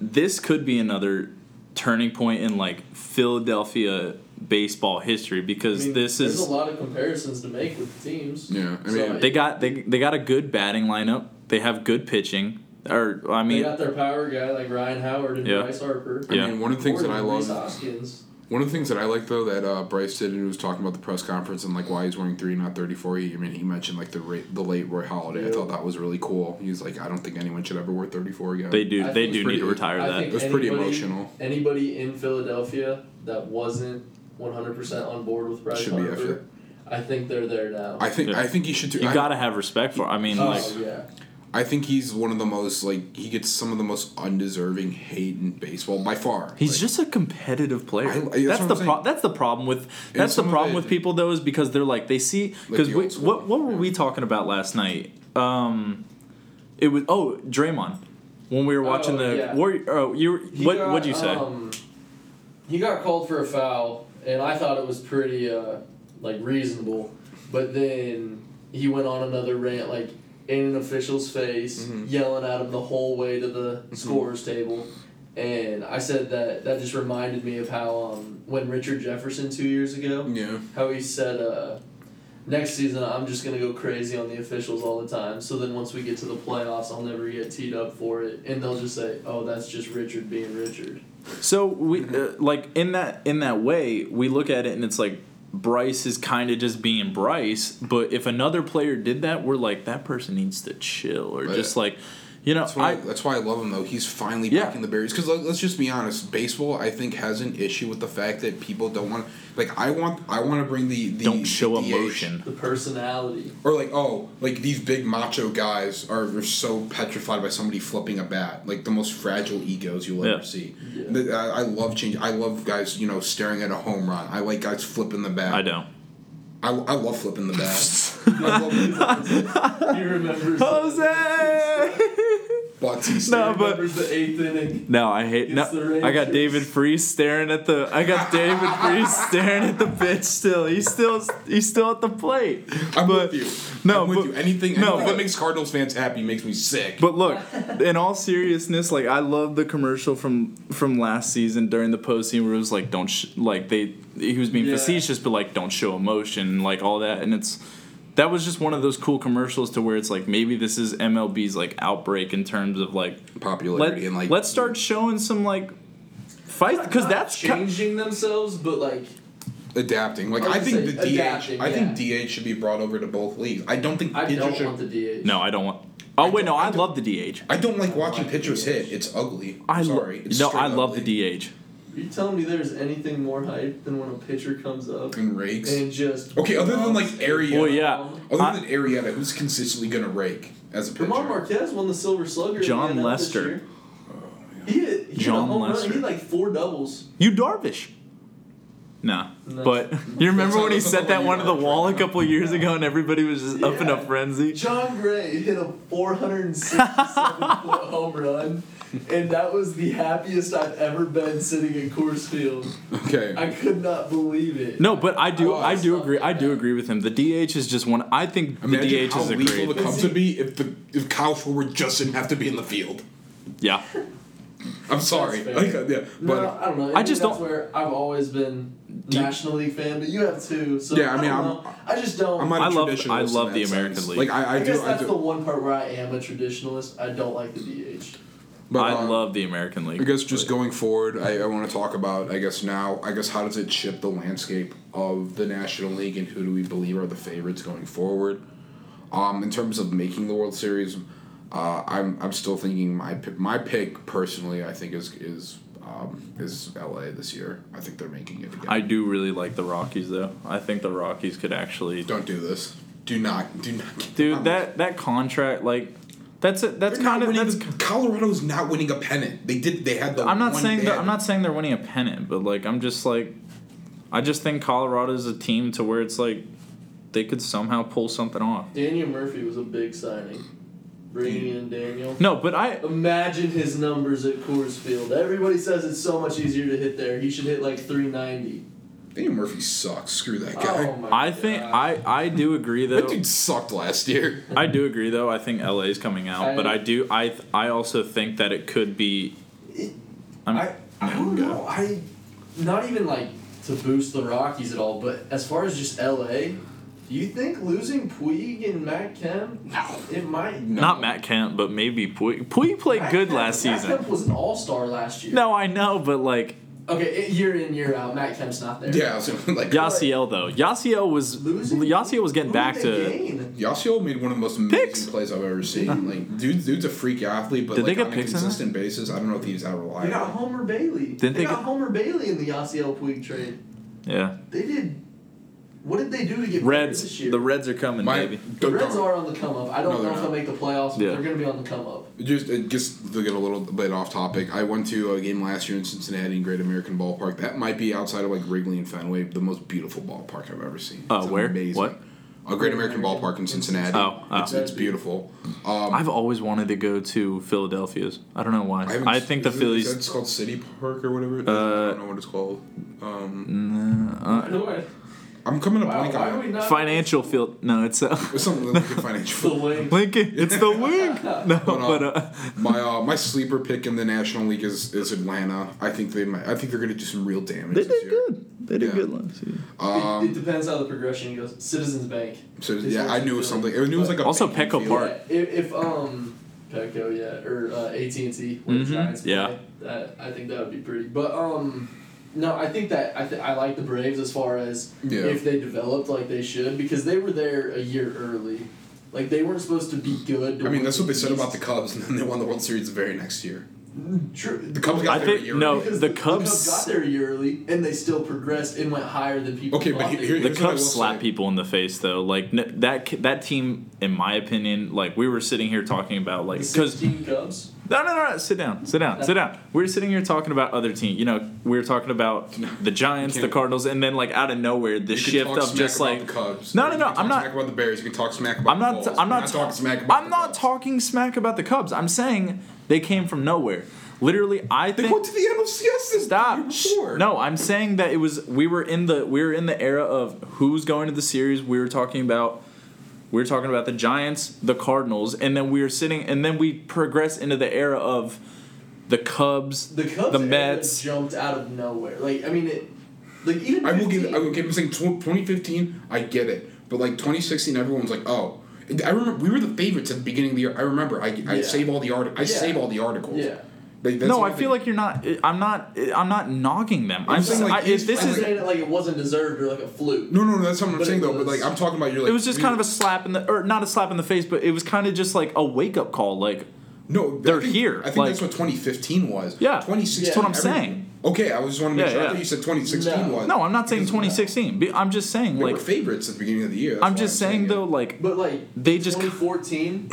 C: this could be another turning point in like Philadelphia baseball history
B: I
C: because
B: mean,
C: this
B: there's a
C: is
B: lot of comparisons to make with the teams.
A: Yeah, I
B: So,
A: mean-
C: they got they they got a good batting lineup. They have good pitching. Or I
B: They
C: mean,
B: got their power guy like Ryan Howard and
C: Yeah.
B: Bryce Harper.
A: I
C: Yeah.
A: mean, one of the things
B: Or
A: that I
B: Reese
A: love,
B: Hoskins.
A: one of the things that I like though that uh, Bryce did, and he was talking about the press conference and like why he's wearing three, not thirty-four. He, I mean, he mentioned like the ra- the late Roy Holiday. I
B: Yeah.
A: thought that was really cool. He was like, I don't think anyone should ever wear thirty-four again.
C: they do
B: I
C: they
B: think
C: do
A: it's
C: need to
A: pretty-
C: retire
B: I
C: that.
B: think
A: It was pretty
B: anybody-
A: emotional.
B: Anybody in Philadelphia that wasn't 100% on board with Bryce
A: Should be
B: Harper,
A: effed.
B: I think they're there now.
A: I think
C: Yeah.
A: I think he should. Too.
C: You
A: I,
C: gotta have respect for. I mean,
B: oh,
C: like
B: yeah.
A: I think he's one of the most like he gets some of the most undeserving hate in baseball by far.
C: he's
A: Like,
C: just a competitive player.
A: I- that's
C: that's
A: what
C: the
A: I'm
C: pro-
A: saying.
C: that's the problem with that's the
A: some of
C: problem
A: it-
C: with people though is because they're like they see
A: Like
C: because
A: the old school,
C: what what were
A: yeah.
C: we talking about last night? Um, it was oh Draymond when we were watching
B: Oh,
C: the
B: yeah.
C: Warrior. Oh, you were-
B: He
C: what
B: got,
C: what'd you say?
B: Um, he got called for a foul, and I thought it was pretty uh, like reasonable. But then he went on another rant, like in an official's face,
C: Mm-hmm.
A: Mhm.
B: yelling at him the whole way to the scorers table. And I said that that just reminded me of how um, when Richard Jefferson two years ago,
A: yeah.
B: how he said uh, next season I'm just gonna go crazy on the officials all the time. So then once we get to the playoffs, I'll never get teed up for it, and they'll just say, "Oh, that's just Richard being Richard."
C: So we uh, like in that in that way we look at it and it's like Bryce is kind of just being Bryce, but if another player did that, we're like that person needs to chill or
A: But-
C: just like you know
A: That's why,
C: I
A: that's why I love him though. He's finally
C: Yeah.
A: breaking the barriers. Because let's just be honest, baseball I think has an issue with the fact that people don't want like I want I want to bring the, the
C: don't show
A: the DH.
C: emotion.
B: The personality.
A: or like oh like these big macho guys are, are so petrified by somebody flipping a bat like the most fragile egos you'll
C: Yeah.
A: ever see.
B: Yeah.
A: The- I, I love change. I love guys you know staring at a home run. I like guys flipping the bat.
C: I don't.
A: I, I love flipping the bat. I love
B: He remembers.
C: Jose.
A: butts and
C: No,
A: staring.
B: He remembers the eighth inning.
C: No, I hate. No,
B: It's the Rangers.
C: I got David Freese staring at the. I got David Freese staring at the pitch. Still, he's still he's still at the plate.
A: I'm
C: but-
A: with you.
C: No,
A: I'm with
C: but-
A: you. Anything,
C: no,
A: anything
C: but-
A: that makes Cardinals fans happy makes me sick.
C: But look, in all seriousness, like I love the commercial from from last season during the postseason where it was like, don't sh- like they he was being
B: Yeah.
C: facetious, but like don't show emotion, and, like all that, and it's that was just one of those cool commercials to where it's like maybe this is MLB's like outbreak in terms of like let,
A: popularity and like
C: let's start showing some like fights because
B: Not
C: that's ki-
B: changing themselves, but like
A: adapting. Like
B: I was
A: I
B: gonna
A: think
B: say
A: the DH,
B: adapting,
A: I think
B: yeah.
A: DH should be brought over to both leagues. I don't think
B: I
A: pitchers
B: don't
A: should.
B: want the DH.
C: no, I don't want. Oh wait, no,
A: don't- I
C: I
A: don't-
C: love the DH.
A: I don't like
B: don't
A: watching
B: like
A: pitchers
B: DH.
A: hit. It's ugly. I'm
C: I lo-
A: sorry. It's
C: no,
A: straight
C: I love
A: ugly.
C: the DH.
B: Are you telling me there's anything more hype than when a pitcher comes up
A: and rakes.
B: and just
A: okay, other than like area.
C: Well, yeah.
A: Other
C: I-
A: than Arietta, who's consistently gonna rake as a pitcher?
B: Ramon Marquez won the Silver Slugger. in
C: John
B: the NL this
C: Lester.
B: year. Oh, He hit, he
C: John
B: hit a home run.
C: Lester.
B: He had like four doubles.
C: You Darvish. Nah.
B: No.
C: But you remember when he
A: That's
C: said
A: not
C: that
A: what
C: one at the
A: you
C: wall a
A: watch.
C: couple years ago and everybody was just up in a
B: Yeah.
C: frenzy?
B: John Gray hit a 467 foot home run, and that was the happiest I've ever been sitting in Coors Field.
A: Okay.
B: I could not believe it.
C: No, but I do
B: Oh,
C: I do
B: stop.
C: agree I do agree with him. The DH is just one I think the
A: Imagine
C: DH
A: how
C: is a
A: lethal
C: great
A: the Cubs would be if the if Kyle Schwarber just didn't have to be in the field.
C: Yeah.
A: I'm sorry.
B: fair.
A: Like, uh, yeah,
B: No,
A: but
B: I don't know.
C: I
B: I
C: just
B: just that's
C: don't-
B: where I've always been
C: Do you-
B: National League fan, but you have too. So
A: Yeah, I
B: I,
A: mean,
B: don't
A: I'm-
B: know. I just don't.
A: I'm not a
C: I love-
A: traditionalist
C: I love
A: in
C: the
A: that
C: American
A: sense.
C: League.
A: Like I, I,
B: I,
A: do.
B: guess
A: I
B: that's
A: do.
B: the one part where I am a traditionalist. I don't like the DH.
A: but,
C: I
A: uh,
C: love the American League.
A: I guess just going forward, I, I want to talk about, I guess now, I guess how does it shift the landscape of the National League and who do we believe are the favorites going forward? Um, in terms of making the World Series, uh, I'm, I'm still thinking my pick, my pick personally, I think is is um, is LA this year. I think they're making it again.
C: I do really like the Rockies though. I think the Rockies could actually
A: Don't do this. do not, do not. Get
C: Dude, that that contract, like, that's it. That's
A: Um, They're not
C: kind of
A: winning
C: that's.
A: the- Colorado's not winning a pennant. They did. They had the.
C: I'm not
A: one
C: saying that.
A: bad-
C: I'm not saying they're winning a pennant, but like, I'm just like, I just think Colorado's a team to where it's like, they could somehow pull something off.
B: Daniel Murphy was a big signing. Bringing in Daniel.
C: No, but I
B: Imagine his numbers at Coors Field. Everybody says it's so much easier to hit there. He should hit like 390.
A: Daniel Murphy sucks. Screw that guy.
B: Oh my
C: I think
B: God.
C: I I do agree though.
A: that dude sucked last year.
C: I do agree though. I think LA is coming out, but
B: I-
C: I do I I also think that it could be. I'm,
B: I, I don't
C: go.
B: know. I not even like to boost the Rockies at all, but as far as just LA, do you think losing Puig and Matt Kemp?
A: No.
B: It might.
C: Not Matt Kemp, but maybe Puig. Puig played
B: Matt
C: good
B: Kemp-
C: last
B: Matt
C: season.
B: Kemp was an All Star last year.
C: No, I know, but like
B: Okay, it- year in year out, Matt Kemp's not there.
A: Yeah, so like
C: Yasiel though. Yasiel was
B: Losing.
C: Yasiel was getting
B: Who
C: back
B: did
C: to.
B: they gain?
A: Yasiel made one of the most amazing
C: Picks.
A: plays I've ever seen. Like, dude, dude's a freak athlete, but
C: Did they
A: like
C: get
A: on a
C: picks in that?
A: consistent basis, I don't know if he's that
B: They
A: reliable.
B: got Homer Bailey.
C: Didn't they
B: got
C: get-
B: Homer Bailey in the Yasiel Puig trade.
C: Yeah.
B: They did. What did they do to get better
C: Reds.
B: this year?
C: The Reds are coming,
A: My,
C: baby.
A: the
B: The Reds
A: Dar-
B: are on the come up. I don't
A: No,
B: know
A: they're
B: if they'll
A: not.
B: make the playoffs, but
C: Yeah.
B: they're going to be on the come up.
A: Just, uh, just to get a little bit off topic, I went to a game last year in Cincinnati in Great American Ballpark. That might be outside of like Wrigley and Fenway, the most beautiful ballpark I've ever seen.
C: Uh,
A: It's
C: where?
A: Amazing.
C: What?
A: A Great American Ballpark in Cincinnati.
C: Oh, oh.
A: It's, it's beautiful. Um,
C: I've always wanted to go to Philadelphia's. I don't know why.
A: haven't-
C: I, think the
A: is it-
C: Phillies. Uh,
A: is that- It's called City Park or whatever. I don't know what it's called. Um,
C: Nah, uh,
A: I'm coming up
B: Wow,
A: blank
B: why are
A: on
B: we
A: it.
B: not
C: financial field. No, it's uh,
A: It's something like a financial.
B: the link?
C: Lincoln. It's the link. No,
A: But, uh,
C: but uh,
A: My uh, my sleeper pick in the National League is, is Atlanta. I think they might. I think they're going to do some real damage.
C: they
A: this
C: did
A: year.
C: good. They did
A: Yeah.
C: good last season.
A: Um,
B: it, it depends how the progression goes. Citizens Bank.
A: so
B: It's
A: yeah, I knew it was something.
B: really-
A: I knew it was like a
C: Also
A: banking
C: Petco
A: field.
C: Park.
B: Yeah, if, if um Petco, yeah, or uh, AT and T, where the
C: Mhm,
B: Giants
C: yeah.
B: play, that, I think that would be pretty. But um, no, I think that I th- I like the Braves as far as
A: Yeah.
B: if they developed like they should because they were there a year early, like they weren't supposed to be good. to
A: I mean,
B: win
A: that's what they said
B: East.
A: about the Cubs, and then they won the World Series the very next year.
B: True.
A: The Cubs got
C: I
A: there a
C: think
A: year
C: no.
A: early.
B: Because
C: The
B: got
C: Cubs.
B: there a year early and they still progressed and went higher than people.
A: Okay, but
B: thought
A: he-
B: they
A: here-
B: would.
C: The
A: Here's what I will
C: Cubs slap
A: say.
C: people in the face though. Like n- that ki- that team, in my opinion, like we were sitting here talking about like
B: The
C: because
B: 16 Cubs.
C: no, no no no sit down sit down sit down. We were sitting here talking about other team. You know we were talking about the Giants, the
A: can't-
C: Cardinals, and then like out of nowhere the
A: You can
C: shift
A: talk
C: of
A: smack
C: just
A: about
C: like
A: the Cubs.
C: No, no,
A: You
C: no,
A: can
C: I'm
A: talk
C: not-
A: Smack about the Bears. You can talk smack about.
C: I'm
A: the
C: not
A: Bulls.
C: I'm
A: You're
C: not
A: talking smack about.
C: I'm
A: the
C: not
A: Cubs.
C: talking smack about the Cubs. I'm saying they came from nowhere. Literally, I
A: They
C: think
A: went to the NLCS this year
C: Stop. Shh.
A: before.
C: No, I'm saying that it was we were in the we were in the era of who's going to the series. We were talking about we were talking about the Giants, the Cardinals, and then we were sitting and then we progress into the era of the Cubs,
B: The Cubs
C: the
B: era
C: Mets.
B: jumped out of nowhere. Like I mean it like even
A: I will give.
B: 15
A: I will give. I'm saying tw- 2015. I get it, but like 2016, everyone was like, "Oh, I remember we were the favorites at the beginning of the year." I remember. I, I
B: Yeah.
A: save all the art. I
B: Yeah.
A: save all the articles.
B: Yeah.
A: Like, that's
C: No,
A: the
C: I
A: only
C: feel
A: thing-
C: like you're not. I'm not. I'm not knocking them. I'm
A: saying,
C: saying
A: like,
C: I, if
A: he's-
C: this
A: I'm
B: I'm
C: is.
B: saying it like it wasn't deserved or like a fluke.
A: No, no, no. That's what I'm
B: But
A: saying
B: it
A: though. But
B: was-
A: like, I'm talking about you're like.
C: It was just kind of a slap in the, or not a slap in the face, but it was kind of just like a wake up call. Like,
A: No, I
C: they're
A: think-
C: here,
A: I think
C: like-
A: that's what 2015 was.
C: Yeah.
A: 2016.
B: That's what
C: I'm saying.
A: Okay, I was just want to make
C: Yeah,
A: sure. I
C: yeah.
A: thought you said 2016
B: No.
A: was.
C: no, I'm not saying
A: Because,
C: 2016. Be- I'm just saying,
A: They
C: like,
A: were favorites at the beginning of the year. that's
C: I'm
A: why
C: just saying
A: it.
C: though, like,
B: But like
C: They just-
B: 2014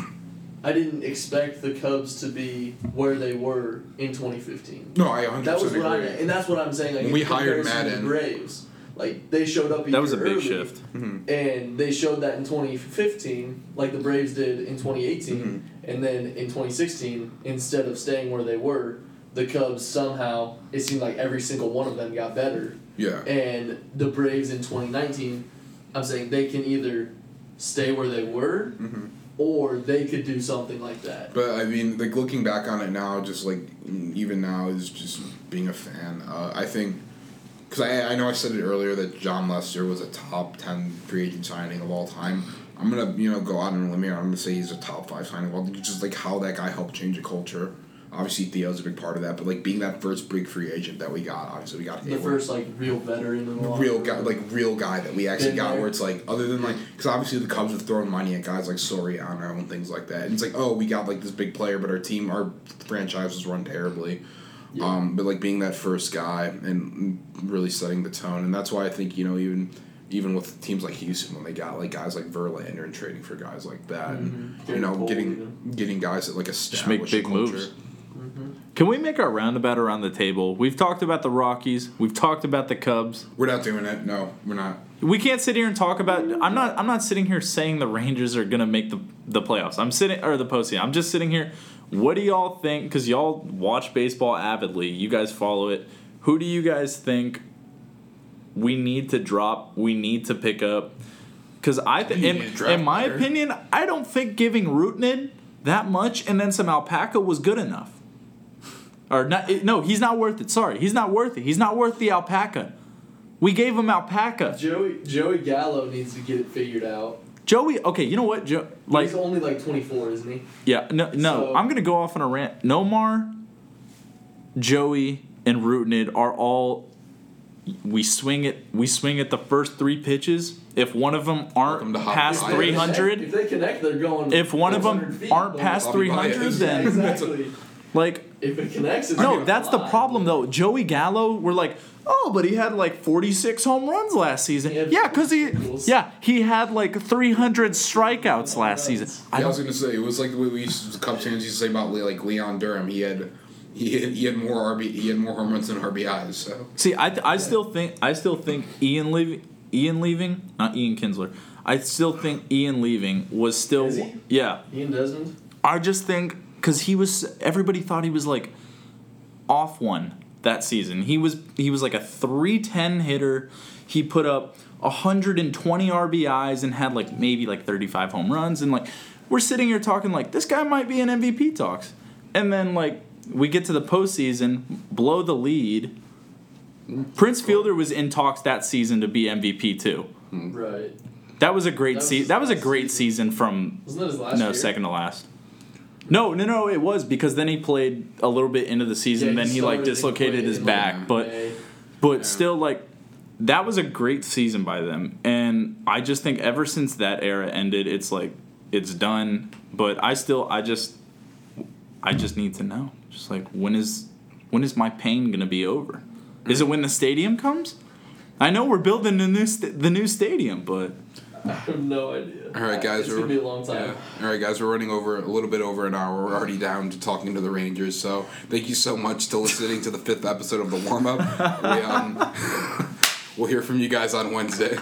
B: I didn't expect the Cubs to be where they were in 2015.
A: No, I 100
B: That was what I
A: agree.
B: and that's what I'm saying like
A: When we
B: in
A: hired
B: comparison to the
A: Madden.
B: Braves. Like they showed up a
C: that was a
B: year
C: big
B: early,
C: shift.
B: and they showed that in 2015 like the braves did in 2018 and then in 2016 instead of staying where they were the cubs somehow it seemed like every single one of them got better
A: yeah.
B: and the braves in 2019 i'm saying they can either stay where they were
A: Mm-hmm.
B: or they could do something like that
A: But I mean, like looking back on it now, just like even now is just being a fan. Uh, I think because I, I know I said it earlier that John Lester was a top ten free agent signing of all time. I'm gonna you know go out on a limb here. I'm gonna say he's a top five signing of all. Just like how that guy helped change a culture. Obviously, Theo's a big part of that, but like being that first big free agent that we got, obviously we got
B: the
A: Hayward
B: first like real veteran in the locker
A: real
B: room.
A: guy, like real guy that we actually
B: Been
A: got.
B: there.
A: Where it's like, other than like, because obviously the Cubs have thrown money at guys like Soriano and things like that, and it's like, oh, we got like this big player, but our team, our franchise was run terribly.
B: Yeah.
A: Um, but like being that first guy and really setting the tone, and that's why I think you know even even with teams like Houston when they got like guys like Verlander and trading for guys like that, and you
B: Mm-hmm. Garrett
A: know
B: Cole
A: getting
B: even.
A: getting guys that like
C: make
A: establish
C: big
A: a culture.
C: moves. Can we make our roundabout around the table? We've talked about the Rockies. We've talked about the Cubs.
A: We're not doing it. No, we're not.
C: We can't sit here and talk about. I'm not. I'm not sitting here saying the Rangers are gonna make the the playoffs. I'm sitting or the postseason. I'm just sitting here. What do y'all think? Because y'all watch baseball avidly. You guys follow it. Who do you guys think we need to drop? We need to pick up. Because I think,
A: You
C: in,
A: need to draft
C: in my
A: better.
C: opinion, I don't think giving Rootnid that much and then some alpaca was good enough. Or not? it- No, he's not worth it. Sorry, he's not worth it. He's not worth the alpaca. We gave him alpaca.
B: Joey Joey Gallo needs to get it figured out.
C: Joey, okay, you know what? Joe, like,
B: He's only like 24, isn't he?
C: yeah, no, no,
B: So-
C: I'm gonna go off on a rant. Nomar, Joey, and Rootnid are all. We swing it. We swing at the first three pitches. If one of them
A: Welcome
C: aren't
A: to Hobby
C: past
A: Island.
C: three
B: If
C: hundred,
B: they connect, they're going.
C: if one of
B: 100
C: them
B: feet,
C: aren't
B: but-
C: past
A: Bobby
C: three hundred,
A: Baez.
B: Yeah,
C: then
B: exactly.
C: like
B: if it connects, it's
C: no,
B: gonna
C: that's the
B: fly.
C: problem though. Joey Gallo, we're like, oh, but he had like 46 home runs last season.
B: He had
C: Yeah, because he,
B: 50 rules.
C: yeah, he had like 300 strikeouts last season. I
A: Yeah, I was
C: don't,
A: gonna say it was like the way we used to, the Cubs fans used to say about like Leon Durham. He had he had, he had more RB he had more home runs than RBIs. So
C: see, I, I still think, I still think Ian leaving, Ian leaving, not Ian Kinsler. I still think Ian leaving was still,
B: Is he?
C: yeah.
B: Ian Desmond.
C: I just think because he was, everybody thought he was like off one that season. He was he was like a three ten hitter. He put up hundred and twenty RBIs and had like maybe like thirty five home runs and like we're sitting here talking like this guy might be in MVP talks, and then like we get to the postseason, blow the lead. Prince Fielder was in talks that season to be MVP too.
A: Mm.
B: Right.
C: That was a great
B: That was
C: season.
B: his
C: That was a
B: last
C: great season from
B: Wasn't that his last
C: no,
B: year?
C: second to last. No, no, no, it was because then he played a little bit into the season,
B: Yeah,
C: then he
B: started
C: like
B: and he
C: dislocated
B: played
C: his
B: in,
C: back,
B: like,
C: but
B: May.
C: but still like that was a great season by them. And I just think ever since that era ended, it's like it's done, but I still I just I just need to know. Just like when is when is my pain going to be over? Is it when the stadium comes? I know we're building the new st- the new stadium, but
B: I have no idea.
A: all right, guys,
B: It's
A: we're
B: gonna be a long time.
A: yeah. All right, guys, we're running over a little bit over an hour. We're already down to talking to the Rangers. So thank you so much to listening to the fifth episode of the warm up. We, um, we'll hear from you guys on Wednesday.